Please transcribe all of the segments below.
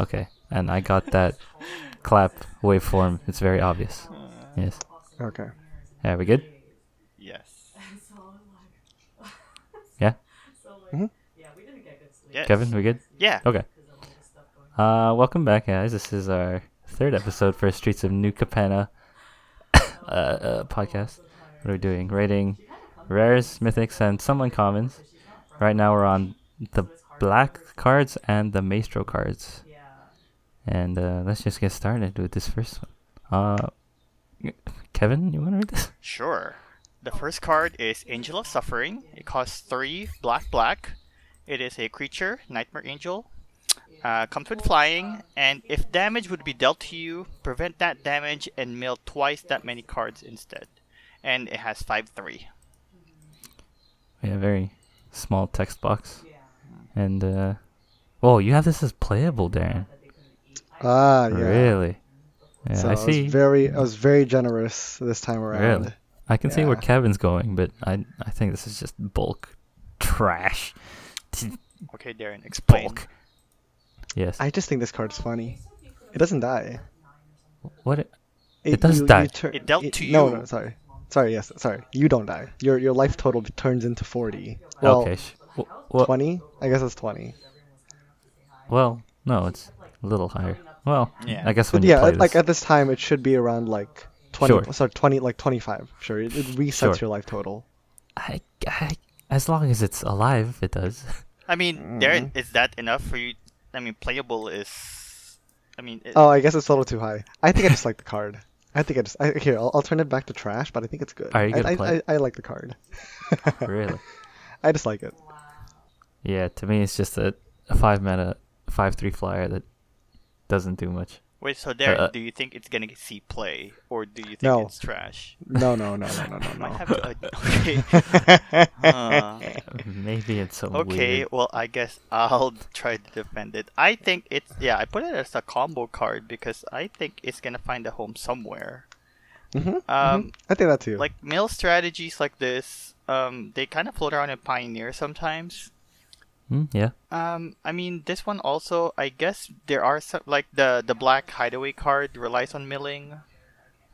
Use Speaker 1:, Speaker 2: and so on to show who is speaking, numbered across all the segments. Speaker 1: Okay, and I got that clap waveform. It's very obvious. Yes.
Speaker 2: Okay.
Speaker 1: Are we good?
Speaker 3: Yes.
Speaker 1: Yeah.
Speaker 2: Mhm.
Speaker 3: Yes.
Speaker 1: Kevin, we good?
Speaker 3: Yeah.
Speaker 1: Okay. Uh, welcome back, guys. This is our third episode for Streets of New Capenna uh, uh, podcast. What are we doing? Rating rares, mythics, and some uncommons. Right now, we're on the black cards and the maestro cards. And uh, let's just get started with this first one. Uh, Kevin, you want to read this?
Speaker 3: Sure. The first card is Angel of Suffering. It costs three black black. It is a creature, Nightmare Angel. Uh, comes with flying, and if damage would be dealt to you, prevent that damage and mill twice that many cards instead. And it has five three.
Speaker 1: Yeah, very small text box. And uh, whoa, you have this as playable, Darren.
Speaker 2: Ah, yeah.
Speaker 1: Really? Yeah,
Speaker 2: So
Speaker 1: I
Speaker 2: I,
Speaker 1: see.
Speaker 2: was very, I was very generous this time around.
Speaker 1: Really? I can see where
Speaker 2: Yeah.
Speaker 1: Kevin's going, but I I think this is just bulk trash.
Speaker 3: Okay, Darren, explain.
Speaker 1: Bulk. Yes.
Speaker 2: I just think this card's funny. It doesn't die.
Speaker 1: what? It does die.
Speaker 2: turn-
Speaker 3: It dealt to
Speaker 2: No,
Speaker 3: you.
Speaker 2: no, sorry, sorry. Yes, sorry. You don't die. Your your life total turns into forty. Well,
Speaker 1: okay. Sh- well,
Speaker 2: twenty. I guess it's twenty.
Speaker 1: well, no, it's a little higher. Well,
Speaker 3: Yeah.
Speaker 1: I guess when
Speaker 2: But
Speaker 1: you
Speaker 2: yeah,
Speaker 1: play
Speaker 2: at- like
Speaker 1: this,
Speaker 2: at this time, it should be around like twenty.
Speaker 1: Sure.
Speaker 2: Sorry, twenty, like twenty-five. Sure, it, it resets
Speaker 1: Sure.
Speaker 2: your life total.
Speaker 1: I, I, as long as it's alive, it does.
Speaker 3: I mean, Darren, is that enough for you? I mean, playable is. I mean, it,
Speaker 2: Oh, I guess it's a little too high. I think I just like the card. I think I just I, here. I'll, I'll turn it back to trash, but I think it's good.
Speaker 1: Are you
Speaker 2: I,
Speaker 1: gonna
Speaker 2: I,
Speaker 1: play?
Speaker 2: I, I like the card.
Speaker 1: really?
Speaker 2: I just like it.
Speaker 1: Yeah. To me, it's just a, a five mana, five three flyer that doesn't do much.
Speaker 3: wait. So, Darren,
Speaker 1: uh,
Speaker 3: do you think it's gonna see play, or do you think
Speaker 2: No.
Speaker 3: it's trash?
Speaker 2: No, no, no, no, no, no,
Speaker 3: Might
Speaker 2: no.
Speaker 3: have to. okay. Uh,
Speaker 1: Maybe it's so
Speaker 3: Okay,
Speaker 1: weird.
Speaker 3: well, I guess I'll try to defend it. I think it's yeah. I put it as a combo card because I think it's gonna find a home somewhere.
Speaker 2: Mhm,
Speaker 3: Um,
Speaker 2: I think that too.
Speaker 3: like mill strategies like this, um, they kind of float around in Pioneer sometimes.
Speaker 1: Hmm, yeah.
Speaker 3: Um, I mean, this one also. I guess there are some like the the black hideaway card relies on milling.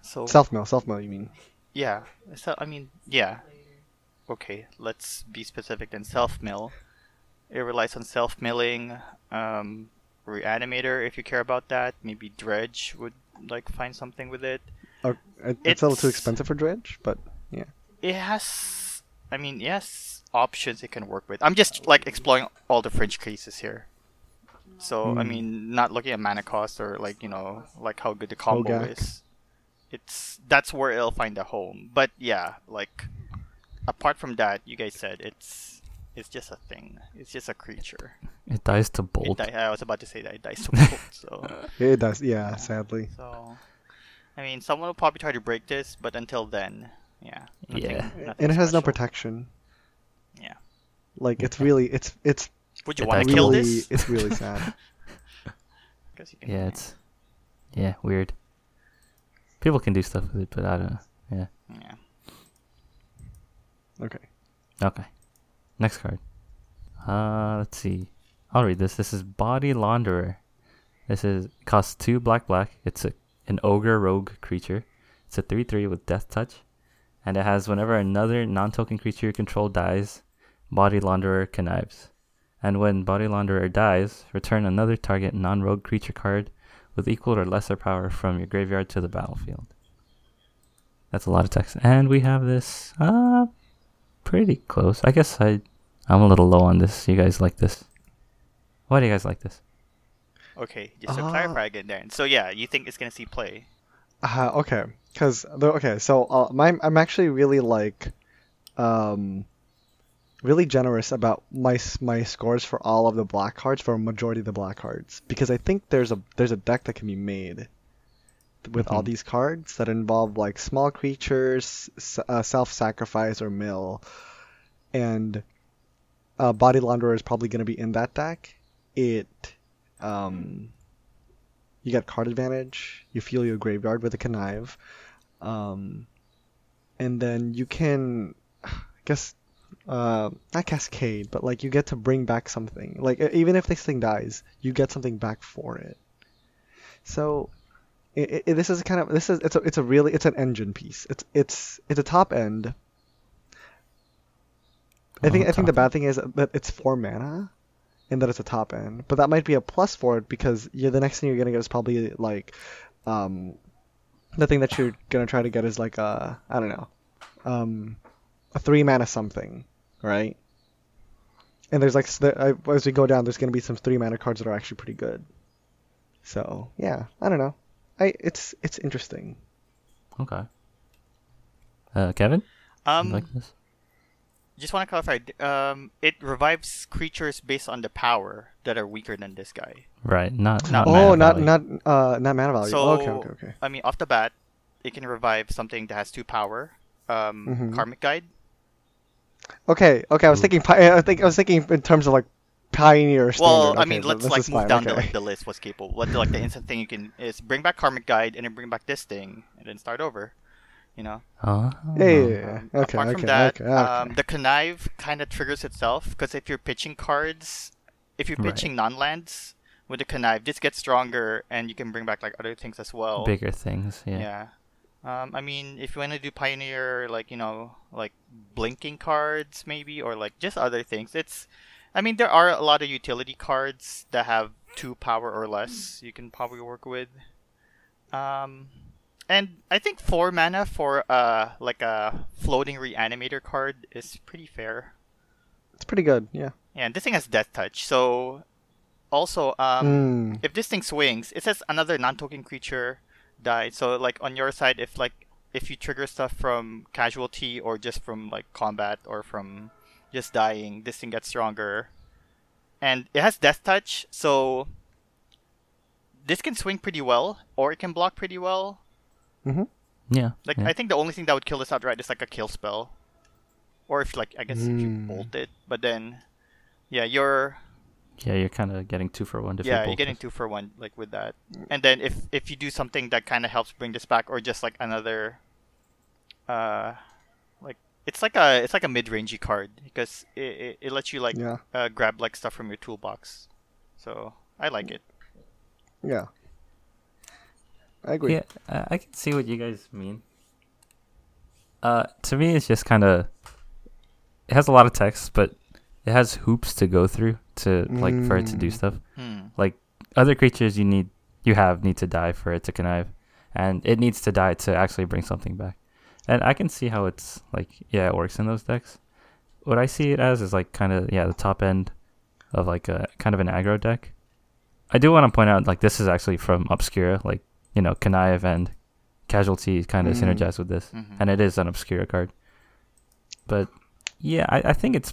Speaker 3: So
Speaker 2: self mill, self mill. You mean?
Speaker 3: yeah, so I mean yeah. Okay, let's be specific then. Self mill. It relies on self milling. Um, reanimator, if you care about that. Maybe dredge would like find something with it.
Speaker 2: Or, it, it's a little too
Speaker 3: It's-
Speaker 2: expensive for dredge, but yeah.
Speaker 3: It has. I mean, yes, options it can work with. I'm just like exploring all the fringe cases here. So I
Speaker 2: Hmm.
Speaker 3: mean, not looking at mana cost or like you know like how good the combo
Speaker 2: Hogak.
Speaker 3: is. It's that's where it'll find a home. But yeah, like apart from that, you guys said it's it's just a thing. It's just a creature.
Speaker 1: It dies to
Speaker 3: It
Speaker 1: bolt.
Speaker 3: di- I was about to say that it dies to bolt. So
Speaker 2: It does, yeah. Sadly,
Speaker 3: so I mean, someone will probably try to break this, but until then, yeah.
Speaker 1: Yeah.
Speaker 2: and it has no
Speaker 3: special.
Speaker 2: protection.
Speaker 3: Yeah.
Speaker 2: Like it's really, it's it's
Speaker 3: Would you
Speaker 1: It
Speaker 3: want to
Speaker 1: does
Speaker 3: kill
Speaker 2: really,
Speaker 3: this?
Speaker 2: it's really sad.
Speaker 3: 'Cause you can-
Speaker 1: Yeah, it's yeah weird. People can do stuff with it, but I don't know. Yeah.
Speaker 3: yeah.
Speaker 2: Okay.
Speaker 1: Okay. Next card. Uh, let's see. I'll read this. This is Body Launderer. This is costs two black black. It's a, an ogre rogue creature. It's a three three with death touch, and it has whenever another non token creature you control dies, Body Launderer connives, and when Body Launderer dies, return another target non rogue creature card with equal or lesser power from your graveyard to the battlefield. That's a lot of text, and we have this. Uh, pretty close. I guess I, I'm a little low on this. You guys like this? Why do you guys like this?
Speaker 3: Okay, just to
Speaker 2: Ah.
Speaker 3: clarify again, Darren. So yeah, you think it's gonna see play?
Speaker 2: Uh, okay, because okay, so uh, my, I'm actually really like, um, really generous about my s- my scores for all of the black cards for a majority of the black cards because I think there's a there's a deck that can be made with all
Speaker 1: Mhm.
Speaker 2: these cards that involve like small creatures, s- uh, self-sacrifice or mill, and uh, Body Launderer is probably going to be in that deck. It, um, you get card advantage. You feel your graveyard with a connive, um, and then you can, I guess, uh, not cascade, but like you get to bring back something. Like e- even if this thing dies, you get something back for it. So, i i this is kind of this is it's a it's a really it's an engine piece. It's it's it's a top end. I think
Speaker 1: Oh,
Speaker 2: I think the
Speaker 1: top
Speaker 2: bad thing is that it's four mana, and that it's a top end. But that might be a plus for it because yeah, the next thing you're gonna get is probably like, um, the thing that you're gonna try to get is like a I don't know, um, a three mana something, right? And there's like s- there- I- as we go down, there's gonna be some three mana cards that are actually pretty good. So yeah, I don't know. I it's it's interesting.
Speaker 1: Okay. Uh, Kevin,
Speaker 3: Um,
Speaker 1: you like this?
Speaker 3: just want to clarify. d- Um, it revives creatures based on the power that are weaker than this guy.
Speaker 1: Right, not
Speaker 3: no.
Speaker 1: not
Speaker 2: oh,
Speaker 1: Mana
Speaker 2: not
Speaker 1: Valley.
Speaker 2: not uh not mana value.
Speaker 3: So
Speaker 2: okay, okay, okay.
Speaker 3: I mean, off the bat, it can revive something that has two power. Um,
Speaker 2: Mhm.
Speaker 3: Karmic Guide.
Speaker 2: Okay, okay. I was thinking. pi- I think I was thinking in terms of like pioneer.
Speaker 3: Well,
Speaker 2: standard.
Speaker 3: I
Speaker 2: Okay,
Speaker 3: mean,
Speaker 2: th-
Speaker 3: let's
Speaker 2: this
Speaker 3: like
Speaker 2: is
Speaker 3: move
Speaker 2: fine,
Speaker 3: down the,
Speaker 2: okay.
Speaker 3: like, the list. What's capable? What like the instant thing you can is bring back Karmic Guide and then bring back this thing and then start over. You know.
Speaker 1: Oh.
Speaker 2: Yeah, yeah, yeah.
Speaker 3: Um,
Speaker 2: yeah. Okay,
Speaker 3: apart
Speaker 2: okay,
Speaker 3: from that,
Speaker 2: okay, okay.
Speaker 3: Um, the connive kind of triggers itself because if you're pitching cards, if you're
Speaker 1: Right.
Speaker 3: pitching non-lands with the connive, this gets stronger and you can bring back like other things as well.
Speaker 1: Bigger things, yeah.
Speaker 3: Yeah. Um, I mean, if you want to do pioneer, like you know, like blinking cards maybe, or like just other things. It's, I mean, there are a lot of utility cards that have two power or less. You can probably work with. Um, and I think four mana for uh like a floating reanimator card is pretty fair.
Speaker 2: it's pretty good. Yeah.
Speaker 3: Yeah, and this thing has death touch, so also um
Speaker 2: Mm,
Speaker 3: if this thing swings, it says another non-token creature died. So like on your side, if like if you trigger stuff from casualty or just from like combat or from just dying, this thing gets stronger. And it has death touch, so this can swing pretty well, or it can block pretty well.
Speaker 1: Yeah.
Speaker 3: Like
Speaker 1: yeah.
Speaker 3: I think the only thing that would kill this outright is like a kill spell, or if like I guess if you
Speaker 2: Mm.
Speaker 3: bolt it, but then yeah, you're
Speaker 1: yeah, you're kind of getting two for one. if you
Speaker 3: yeah, you're
Speaker 1: both
Speaker 3: getting
Speaker 1: of-
Speaker 3: two for one like with that. And then if if you do something that kind of helps bring this back, or just like another, uh, like it's like a it's like a mid rangey card because it, it, it lets you like
Speaker 2: yeah.
Speaker 3: uh, grab like stuff from your toolbox. So I like it.
Speaker 2: Yeah. I agree.
Speaker 1: Yeah, I I can see what you guys mean. Uh, to me, it's just kind of. It has a lot of text, but it has hoops to go through to like for it to do
Speaker 2: Mm.
Speaker 1: stuff.
Speaker 3: Hmm.
Speaker 1: Like other creatures, you need you have need to die for it to connive, and it needs to die to actually bring something back. And I can see how it's like yeah, it works in those decks. What I see it as is like kind of yeah, the top end of like a kind of an aggro deck. I do want to point out like this is actually from Obscura, like you know connive and casualty kind of
Speaker 2: Mm.
Speaker 1: synergize with this,
Speaker 3: Mhm.
Speaker 1: and it is an Obscura card. But yeah, I, I think it's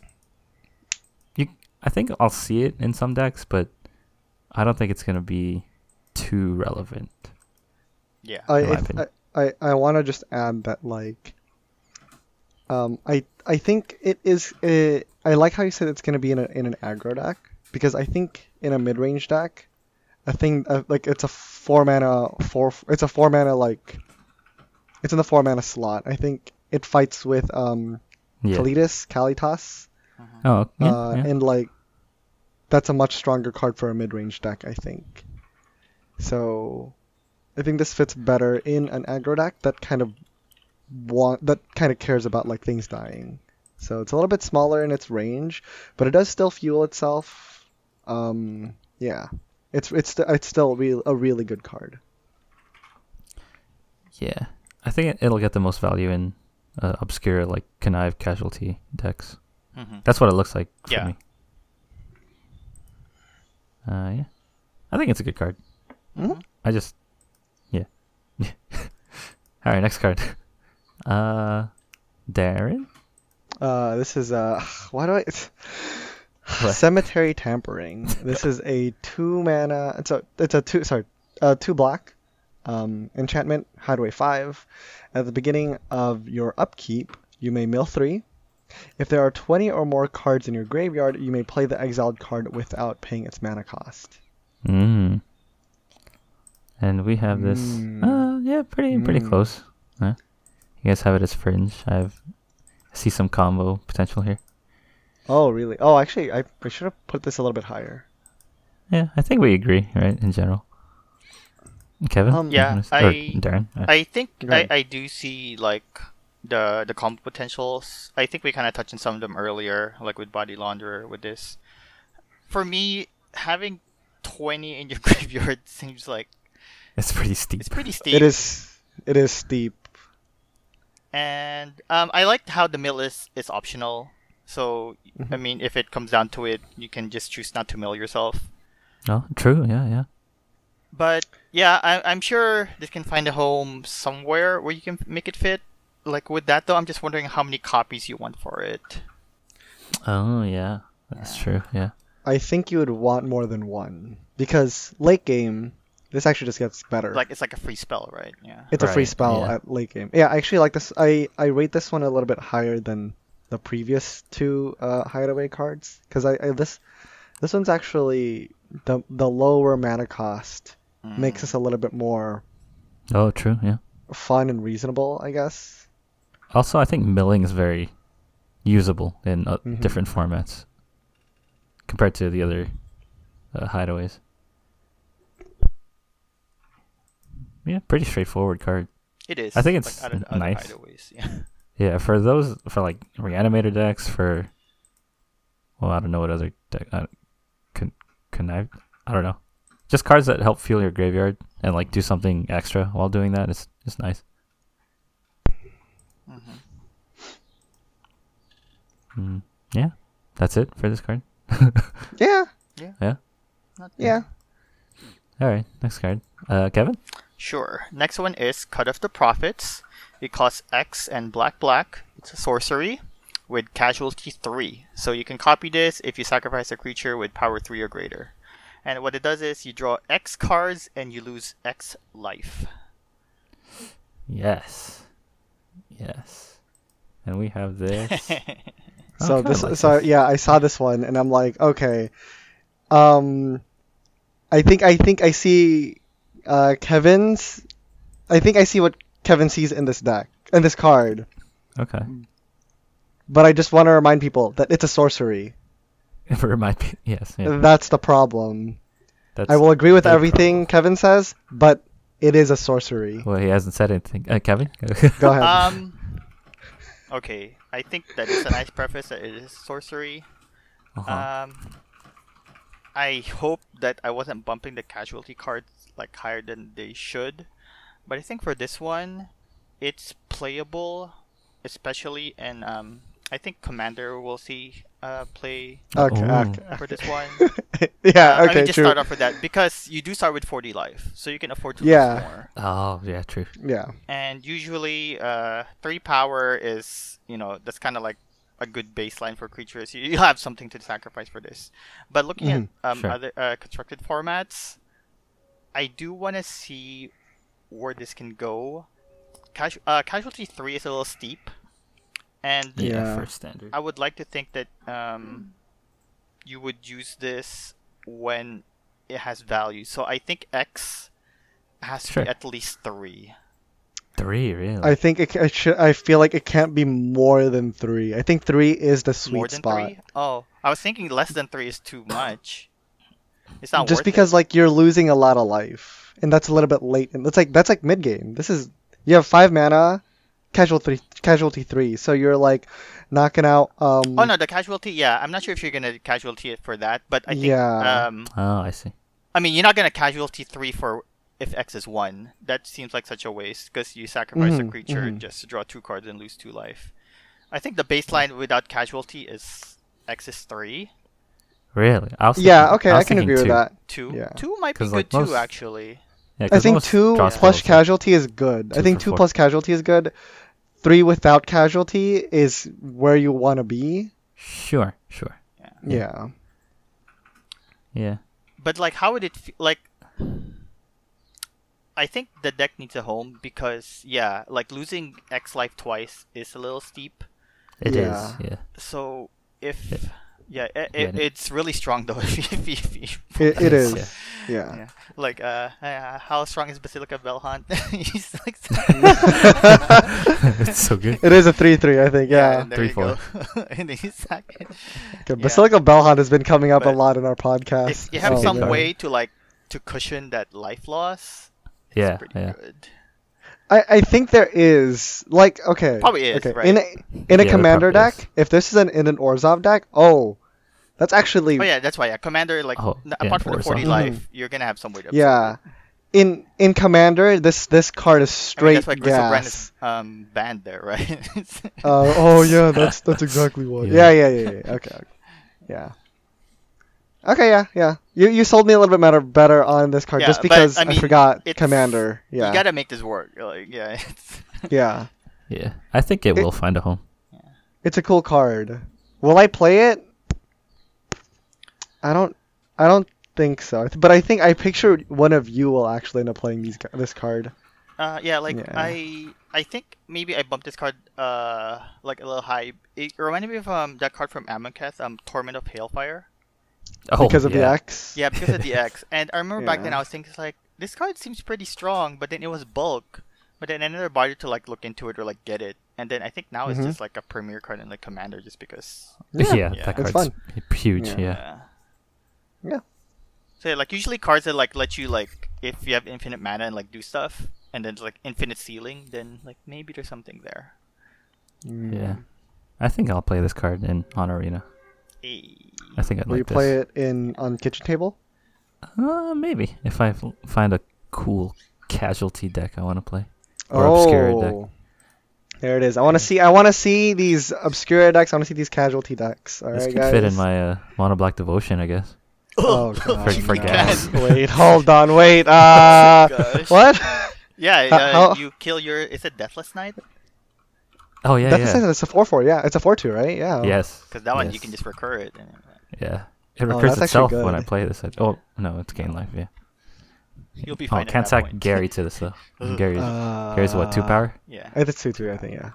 Speaker 1: you. I think I'll see it in some decks, but I don't think it's gonna be too relevant.
Speaker 3: Yeah.
Speaker 2: I,
Speaker 1: in my
Speaker 2: if-
Speaker 1: opinion.
Speaker 2: I, I, I want to just add that like um I I think it is uh I like how you said it's going to be in a, in an aggro deck because I think in a mid-range deck a thing uh, like it's a four mana four it's a four mana like it's in the four mana slot. I think it fights with um
Speaker 1: Yeah.
Speaker 2: Kalitas, Kalitas
Speaker 1: Oh, yeah,
Speaker 2: uh,
Speaker 1: yeah.
Speaker 2: and like that's a much stronger card for a mid-range deck, I think. So I think this fits better in an aggro deck that kind of want that kind of cares about like things dying. So it's a little bit smaller in its range, but it does still fuel itself. Um, yeah, it's it's st- it's still real, a really good card.
Speaker 1: Yeah. I think it, it'll get the most value in uh, obscure, like connive casualty decks.
Speaker 3: hmm
Speaker 1: That's what it looks like for
Speaker 3: Yeah.
Speaker 1: me. Uh, yeah. I think it's a good card.
Speaker 2: Mhm.
Speaker 1: I just, yeah. All right, next card. Uh, Darren.
Speaker 2: Uh, this is uh, why do I?
Speaker 1: What?
Speaker 2: Cemetery tampering. This is a two mana. It's a it's a two sorry, uh, two black, um, enchantment hideaway five. At the beginning of your upkeep, you may mill three. If there are twenty or more cards in your graveyard, you may play the exiled card without paying its mana cost.
Speaker 1: Mm. And we have this.
Speaker 2: Mm.
Speaker 1: Uh, yeah, pretty pretty
Speaker 2: Mm.
Speaker 1: close. Yeah. You guys have it as fringe. I've I see some combo potential here.
Speaker 2: Oh, really? Oh, actually, I, I should have put this a little bit higher.
Speaker 1: Yeah, I think we agree, right? In general, Kevin.
Speaker 2: Um,
Speaker 1: you wanna
Speaker 3: Yeah,
Speaker 1: s- or
Speaker 3: I
Speaker 1: Darren. Uh,
Speaker 3: I think I,
Speaker 2: Right.
Speaker 3: I do see like the the comp potentials. I think we kind of touched on some of them earlier, like with Body Launderer. With this, for me, having twenty in your graveyard seems like
Speaker 1: it's pretty steep.
Speaker 3: it's pretty steep.
Speaker 2: It is. It is steep.
Speaker 3: And um, I liked how the mill is is optional. So I
Speaker 2: Mm-hmm.
Speaker 3: mean, if it comes down to it, you can just choose not to mill yourself.
Speaker 1: No, Oh, true. Yeah, yeah.
Speaker 3: But yeah, I, I'm sure this can find a home somewhere where you can make it fit. Like with that though, I'm just wondering how many copies you want for it.
Speaker 1: Oh, yeah. That's true. Yeah.
Speaker 2: I think you would want more than one because late game, this actually just gets better.
Speaker 3: Like it's like a free spell, right? Yeah.
Speaker 2: it's a free
Speaker 1: Right,
Speaker 2: spell
Speaker 1: yeah.
Speaker 2: at late game. Yeah, I actually like this. I I rate this one a little bit higher than the previous two uh, hideaway cards because I, I this this one's actually the the lower mana cost
Speaker 3: Hmm.
Speaker 2: makes this a little bit more
Speaker 1: Oh, true. Yeah.
Speaker 2: fun and reasonable, I guess.
Speaker 1: Also, I think milling is very usable in uh,
Speaker 2: Mhm.
Speaker 1: different formats compared to the other uh, hideaways. Yeah, pretty straightforward card.
Speaker 3: It is.
Speaker 1: I think it's
Speaker 3: out of the
Speaker 1: nice.
Speaker 3: other ways, yeah.
Speaker 1: Yeah, for those for like reanimator decks for well, I don't know what other deck I can can I I don't know. Just cards that help fuel your graveyard and like do something extra while doing that. It's it's nice. Mm, yeah, that's it for this card.
Speaker 2: Yeah,
Speaker 1: Yeah.
Speaker 3: Not bad.
Speaker 2: yeah.
Speaker 1: All right, next card. Uh, Kevin.
Speaker 3: Sure. Next one is Cut Off the Profits. It costs X and black black. It's a sorcery with casualty 3. So you can copy this if you sacrifice a creature with power 3 or greater. And what it does is you draw X cards and you lose X life.
Speaker 1: Yes. Yes. And we have this.
Speaker 3: Um.
Speaker 1: Oh, I
Speaker 2: So
Speaker 1: kinda
Speaker 2: this,
Speaker 1: like
Speaker 2: so
Speaker 1: this.
Speaker 2: yeah, I saw this one and I'm like, okay, um, I think I think I see uh, Kevin's. I think I see what Kevin sees in this deck in this card,
Speaker 1: okay.
Speaker 2: but I just want to remind people that it's a sorcery.
Speaker 1: Remind me. Yes. Yeah.
Speaker 2: That's the problem.
Speaker 1: That's,
Speaker 2: I will agree with
Speaker 1: the
Speaker 2: everything Kevin says, but it is a sorcery.
Speaker 1: Well, he hasn't said anything. Uh, Kevin.
Speaker 2: Go ahead.
Speaker 3: Um. Okay, I think that is a nice preface that it is sorcery.
Speaker 1: Uh-huh.
Speaker 3: Um, I hope that I wasn't bumping the casualty cards like higher than they should, but I think for this one, it's playable, especially and um, I think Commander will see uh play
Speaker 2: okay.
Speaker 1: Oh.
Speaker 2: okay.
Speaker 3: for this one.
Speaker 2: yeah.
Speaker 3: Uh, I
Speaker 2: Okay.
Speaker 3: mean, just
Speaker 2: true.
Speaker 3: start off with that because you do start with 40 life, so you can afford to
Speaker 2: Yeah.
Speaker 3: lose more.
Speaker 1: oh yeah, true.
Speaker 2: Yeah.
Speaker 3: And usually, uh, three power is you know that's kind of like a good baseline for creatures. You, you have something to sacrifice for this. But looking at um,
Speaker 1: Mm-hmm. Sure.
Speaker 3: other uh, constructed formats, I do want to see where this can go. Casu- uh, casualty three is a little steep, and
Speaker 1: Yeah,
Speaker 2: Yeah.
Speaker 1: for standard.
Speaker 3: I would like to think that um, you would use this when it has value. So I think X has to
Speaker 1: Sure.
Speaker 3: be at least three.
Speaker 1: Three, really.
Speaker 2: I think it, ca- it should. I feel like it can't be more than three. I think three is the sweet
Speaker 3: More than
Speaker 2: spot.
Speaker 3: three? Oh, I was thinking less than three is too much. It's not
Speaker 2: just
Speaker 3: worth
Speaker 2: because like you're losing a lot of life, and that's a little bit late. And that's like that's like mid game. This is you have five mana, casualty casualty three. So you're like knocking out. Um,
Speaker 3: It. Oh no, the casualty. Yeah, I'm not sure if you're gonna casualty it for that, but I think.
Speaker 2: Yeah.
Speaker 3: Um,
Speaker 1: oh, I see.
Speaker 3: I mean, you're not gonna casualty three for if X is one. That seems like such a waste because you sacrifice a
Speaker 2: Mhm,
Speaker 3: creature
Speaker 2: mhm.
Speaker 3: just to draw two cards and lose two life. I think the baseline without casualty is X is three.
Speaker 1: Really? I was
Speaker 2: yeah.
Speaker 1: thinking-
Speaker 2: Okay,
Speaker 1: was
Speaker 2: I can
Speaker 1: thinking
Speaker 2: agree with
Speaker 1: two.
Speaker 2: that.
Speaker 3: Two.
Speaker 2: Yeah.
Speaker 3: Two might be
Speaker 1: 'Cause,
Speaker 3: good
Speaker 1: like, most-
Speaker 3: too, actually.
Speaker 1: Yeah,
Speaker 2: I
Speaker 1: 'cause
Speaker 2: think
Speaker 1: most
Speaker 2: two
Speaker 1: draws
Speaker 2: plus
Speaker 1: spells, right?
Speaker 2: casualty is good.
Speaker 1: Two
Speaker 2: I think
Speaker 1: for
Speaker 2: two
Speaker 1: four.
Speaker 2: plus casualty is good. Three without casualty is where you want to be.
Speaker 1: Sure, sure.
Speaker 2: Yeah.
Speaker 1: Yeah.
Speaker 3: But like, how would it feel? Like, I think the deck needs a home because yeah, like losing X life twice is a little steep.
Speaker 1: It is.
Speaker 2: Yeah.
Speaker 1: yeah.
Speaker 3: So if yeah, i
Speaker 1: Yeah,
Speaker 3: i
Speaker 1: and it-
Speaker 3: it's really strong though. if, you- if, you- if, you-
Speaker 2: It, it
Speaker 1: Yes,
Speaker 2: is. Yeah.
Speaker 3: Yeah. Like, uh, uh, how strong is Basilica Belhant? He's like,
Speaker 1: it's so good.
Speaker 2: It is a 3 3, I think. Yeah.
Speaker 3: and there
Speaker 1: Three,
Speaker 3: you go. and then he's like,
Speaker 2: Okay,
Speaker 3: yeah.
Speaker 2: Basilica Belhan has been coming up a
Speaker 3: But
Speaker 2: lot in our podcast.
Speaker 3: if you have
Speaker 1: Oh,
Speaker 3: some
Speaker 1: yeah.
Speaker 3: way to like to cushion that life loss, it's
Speaker 1: Yeah,
Speaker 3: pretty
Speaker 1: yeah.
Speaker 3: good.
Speaker 2: I, I think there is like okay
Speaker 3: Probably is,
Speaker 2: okay
Speaker 3: right?
Speaker 2: in a in a
Speaker 1: there
Speaker 2: commander
Speaker 1: probably is.
Speaker 2: deck. If this is an in an Orzov deck, oh, that's actually
Speaker 3: Oh yeah, that's why. Yeah, commander like
Speaker 1: Oh,
Speaker 3: n-
Speaker 1: yeah,
Speaker 3: apart from the
Speaker 1: Orzhov.
Speaker 3: forty
Speaker 1: Mhm.
Speaker 3: life, you're gonna have some way to. absorb it.
Speaker 2: yeah. In in commander, this this card is
Speaker 3: I mean,
Speaker 2: straight
Speaker 3: that's why Crystal Brand
Speaker 2: gas.
Speaker 3: is um, banned there, right? It's-
Speaker 2: Uh, oh yeah, that's that's exactly what.
Speaker 1: Yeah.
Speaker 2: Yeah yeah yeah yeah. yeah. Okay, okay. yeah. Okay yeah yeah. You you sold me a little bit better better on this card
Speaker 3: Yeah,
Speaker 2: just
Speaker 3: but,
Speaker 2: because
Speaker 3: I
Speaker 2: I,
Speaker 3: mean,
Speaker 2: forgot
Speaker 3: it's-
Speaker 2: commander. Yeah
Speaker 3: You gotta make this work. Like, yeah. It's,
Speaker 2: yeah.
Speaker 1: Yeah, I think it
Speaker 2: It-
Speaker 1: will find a home.
Speaker 2: It's a cool card. Will I play it? I don't. I don't think so. I th- But I think I picture one of you will actually end up playing these ca- this card.
Speaker 1: Oh,
Speaker 3: uh, yeah, like
Speaker 2: Yeah.
Speaker 3: I, I think maybe I bumped this card uh like a little high. It reminded me of um that card from Amonkhet, um Torment of Hailfire.
Speaker 1: Oh,
Speaker 2: because of the
Speaker 1: yeah.
Speaker 2: X.
Speaker 3: Yeah, because of the X. And I remember back then
Speaker 2: Yeah.
Speaker 3: I was thinking it's like this card seems pretty strong, but then it was bulk. But then I never bothered to like look into it or like get it. And then I think now it's
Speaker 2: Mhm.
Speaker 3: just like a premier card in like Commander, just because.
Speaker 1: Yeah,
Speaker 3: Yeah.
Speaker 1: that
Speaker 2: It's
Speaker 1: card's huge. Yeah.
Speaker 2: Yeah. Yeah.
Speaker 3: So yeah, like usually cards that like let you like if you have infinite mana and like do stuff, and then like infinite ceiling, then like maybe there's something there.
Speaker 2: Mm.
Speaker 1: Yeah. I think I'll play this card in on arena.
Speaker 3: Hey.
Speaker 1: I think I'd
Speaker 2: Will
Speaker 1: like
Speaker 2: you play
Speaker 1: this.
Speaker 2: it in on kitchen table?
Speaker 1: Uh, maybe if I f- find a cool casualty deck I want to play. Or obscure deck.
Speaker 2: oh. There it is. I want to see. I want to see these obscure decks. I want to see these casualty decks. All right,
Speaker 1: this could
Speaker 2: guys.
Speaker 1: fit in my uh, mono black devotion, I guess.
Speaker 2: Oh,
Speaker 1: For,
Speaker 2: gosh.
Speaker 1: for
Speaker 2: no.
Speaker 1: gas.
Speaker 2: Wait, hold on. Wait. Uh,
Speaker 1: Oh,
Speaker 3: Gosh.
Speaker 2: what?
Speaker 3: Yeah,
Speaker 2: How-
Speaker 3: uh,
Speaker 2: how-
Speaker 3: you kill your is it Deathless Knight?
Speaker 1: Oh yeah,
Speaker 2: That's
Speaker 1: yeah.
Speaker 2: the same. It's a four four. Yeah, it's a uh, four two, right? Yeah.
Speaker 1: Yes.
Speaker 3: Because that one you
Speaker 1: yes,
Speaker 3: can just recur it. And,
Speaker 1: Yeah. It
Speaker 2: Oh,
Speaker 1: recurs
Speaker 2: that's actually
Speaker 1: itself when I
Speaker 2: good.
Speaker 1: play this. I- Oh no, it's gain life. Yeah.
Speaker 3: You'll be
Speaker 1: Oh,
Speaker 3: fine at
Speaker 1: can't
Speaker 3: that
Speaker 1: sack
Speaker 3: point.
Speaker 1: Gary to this though.
Speaker 3: Ugh.
Speaker 1: Gary,
Speaker 2: Uh,
Speaker 1: Gary's what two power?
Speaker 3: yeah.
Speaker 2: I think it's two two. I think yeah.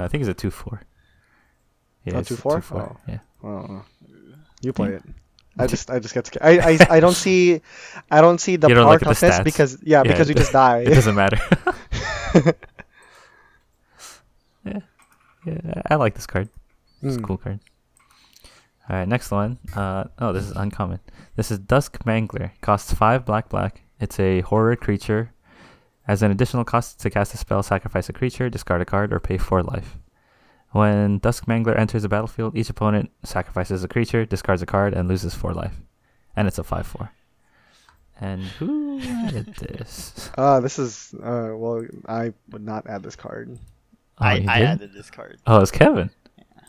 Speaker 1: No, I think it's a two four. Yeah,
Speaker 2: Oh,
Speaker 1: it's a
Speaker 2: 2-4?
Speaker 1: 2-4,
Speaker 2: Oh.
Speaker 1: Yeah.
Speaker 2: Oh, you play it. I just, I just get scared. I, I, I don't see, I don't see the
Speaker 1: You don't
Speaker 2: power
Speaker 1: look at the
Speaker 2: toughness
Speaker 1: stats.
Speaker 2: because yeah, because we
Speaker 1: it-
Speaker 2: just die.
Speaker 1: It doesn't matter. yeah. yeah, I like this card. It's a
Speaker 2: Mm.
Speaker 1: cool card. All right, next one. Uh, oh, this is uncommon. This is Dusk Mangler. Costs five black black. It's a horror creature. As an additional cost to cast a spell, sacrifice a creature, discard a card, or pay four life. When Dusk Mangler enters the battlefield, each opponent sacrifices a creature, discards a card, and loses four life. And it's a five four. And who added this?
Speaker 2: Uh, this is, uh, well, I would not add this card.
Speaker 1: Oh,
Speaker 3: I,
Speaker 1: you
Speaker 3: I
Speaker 1: did?
Speaker 3: added this card.
Speaker 1: Oh, it's Kevin.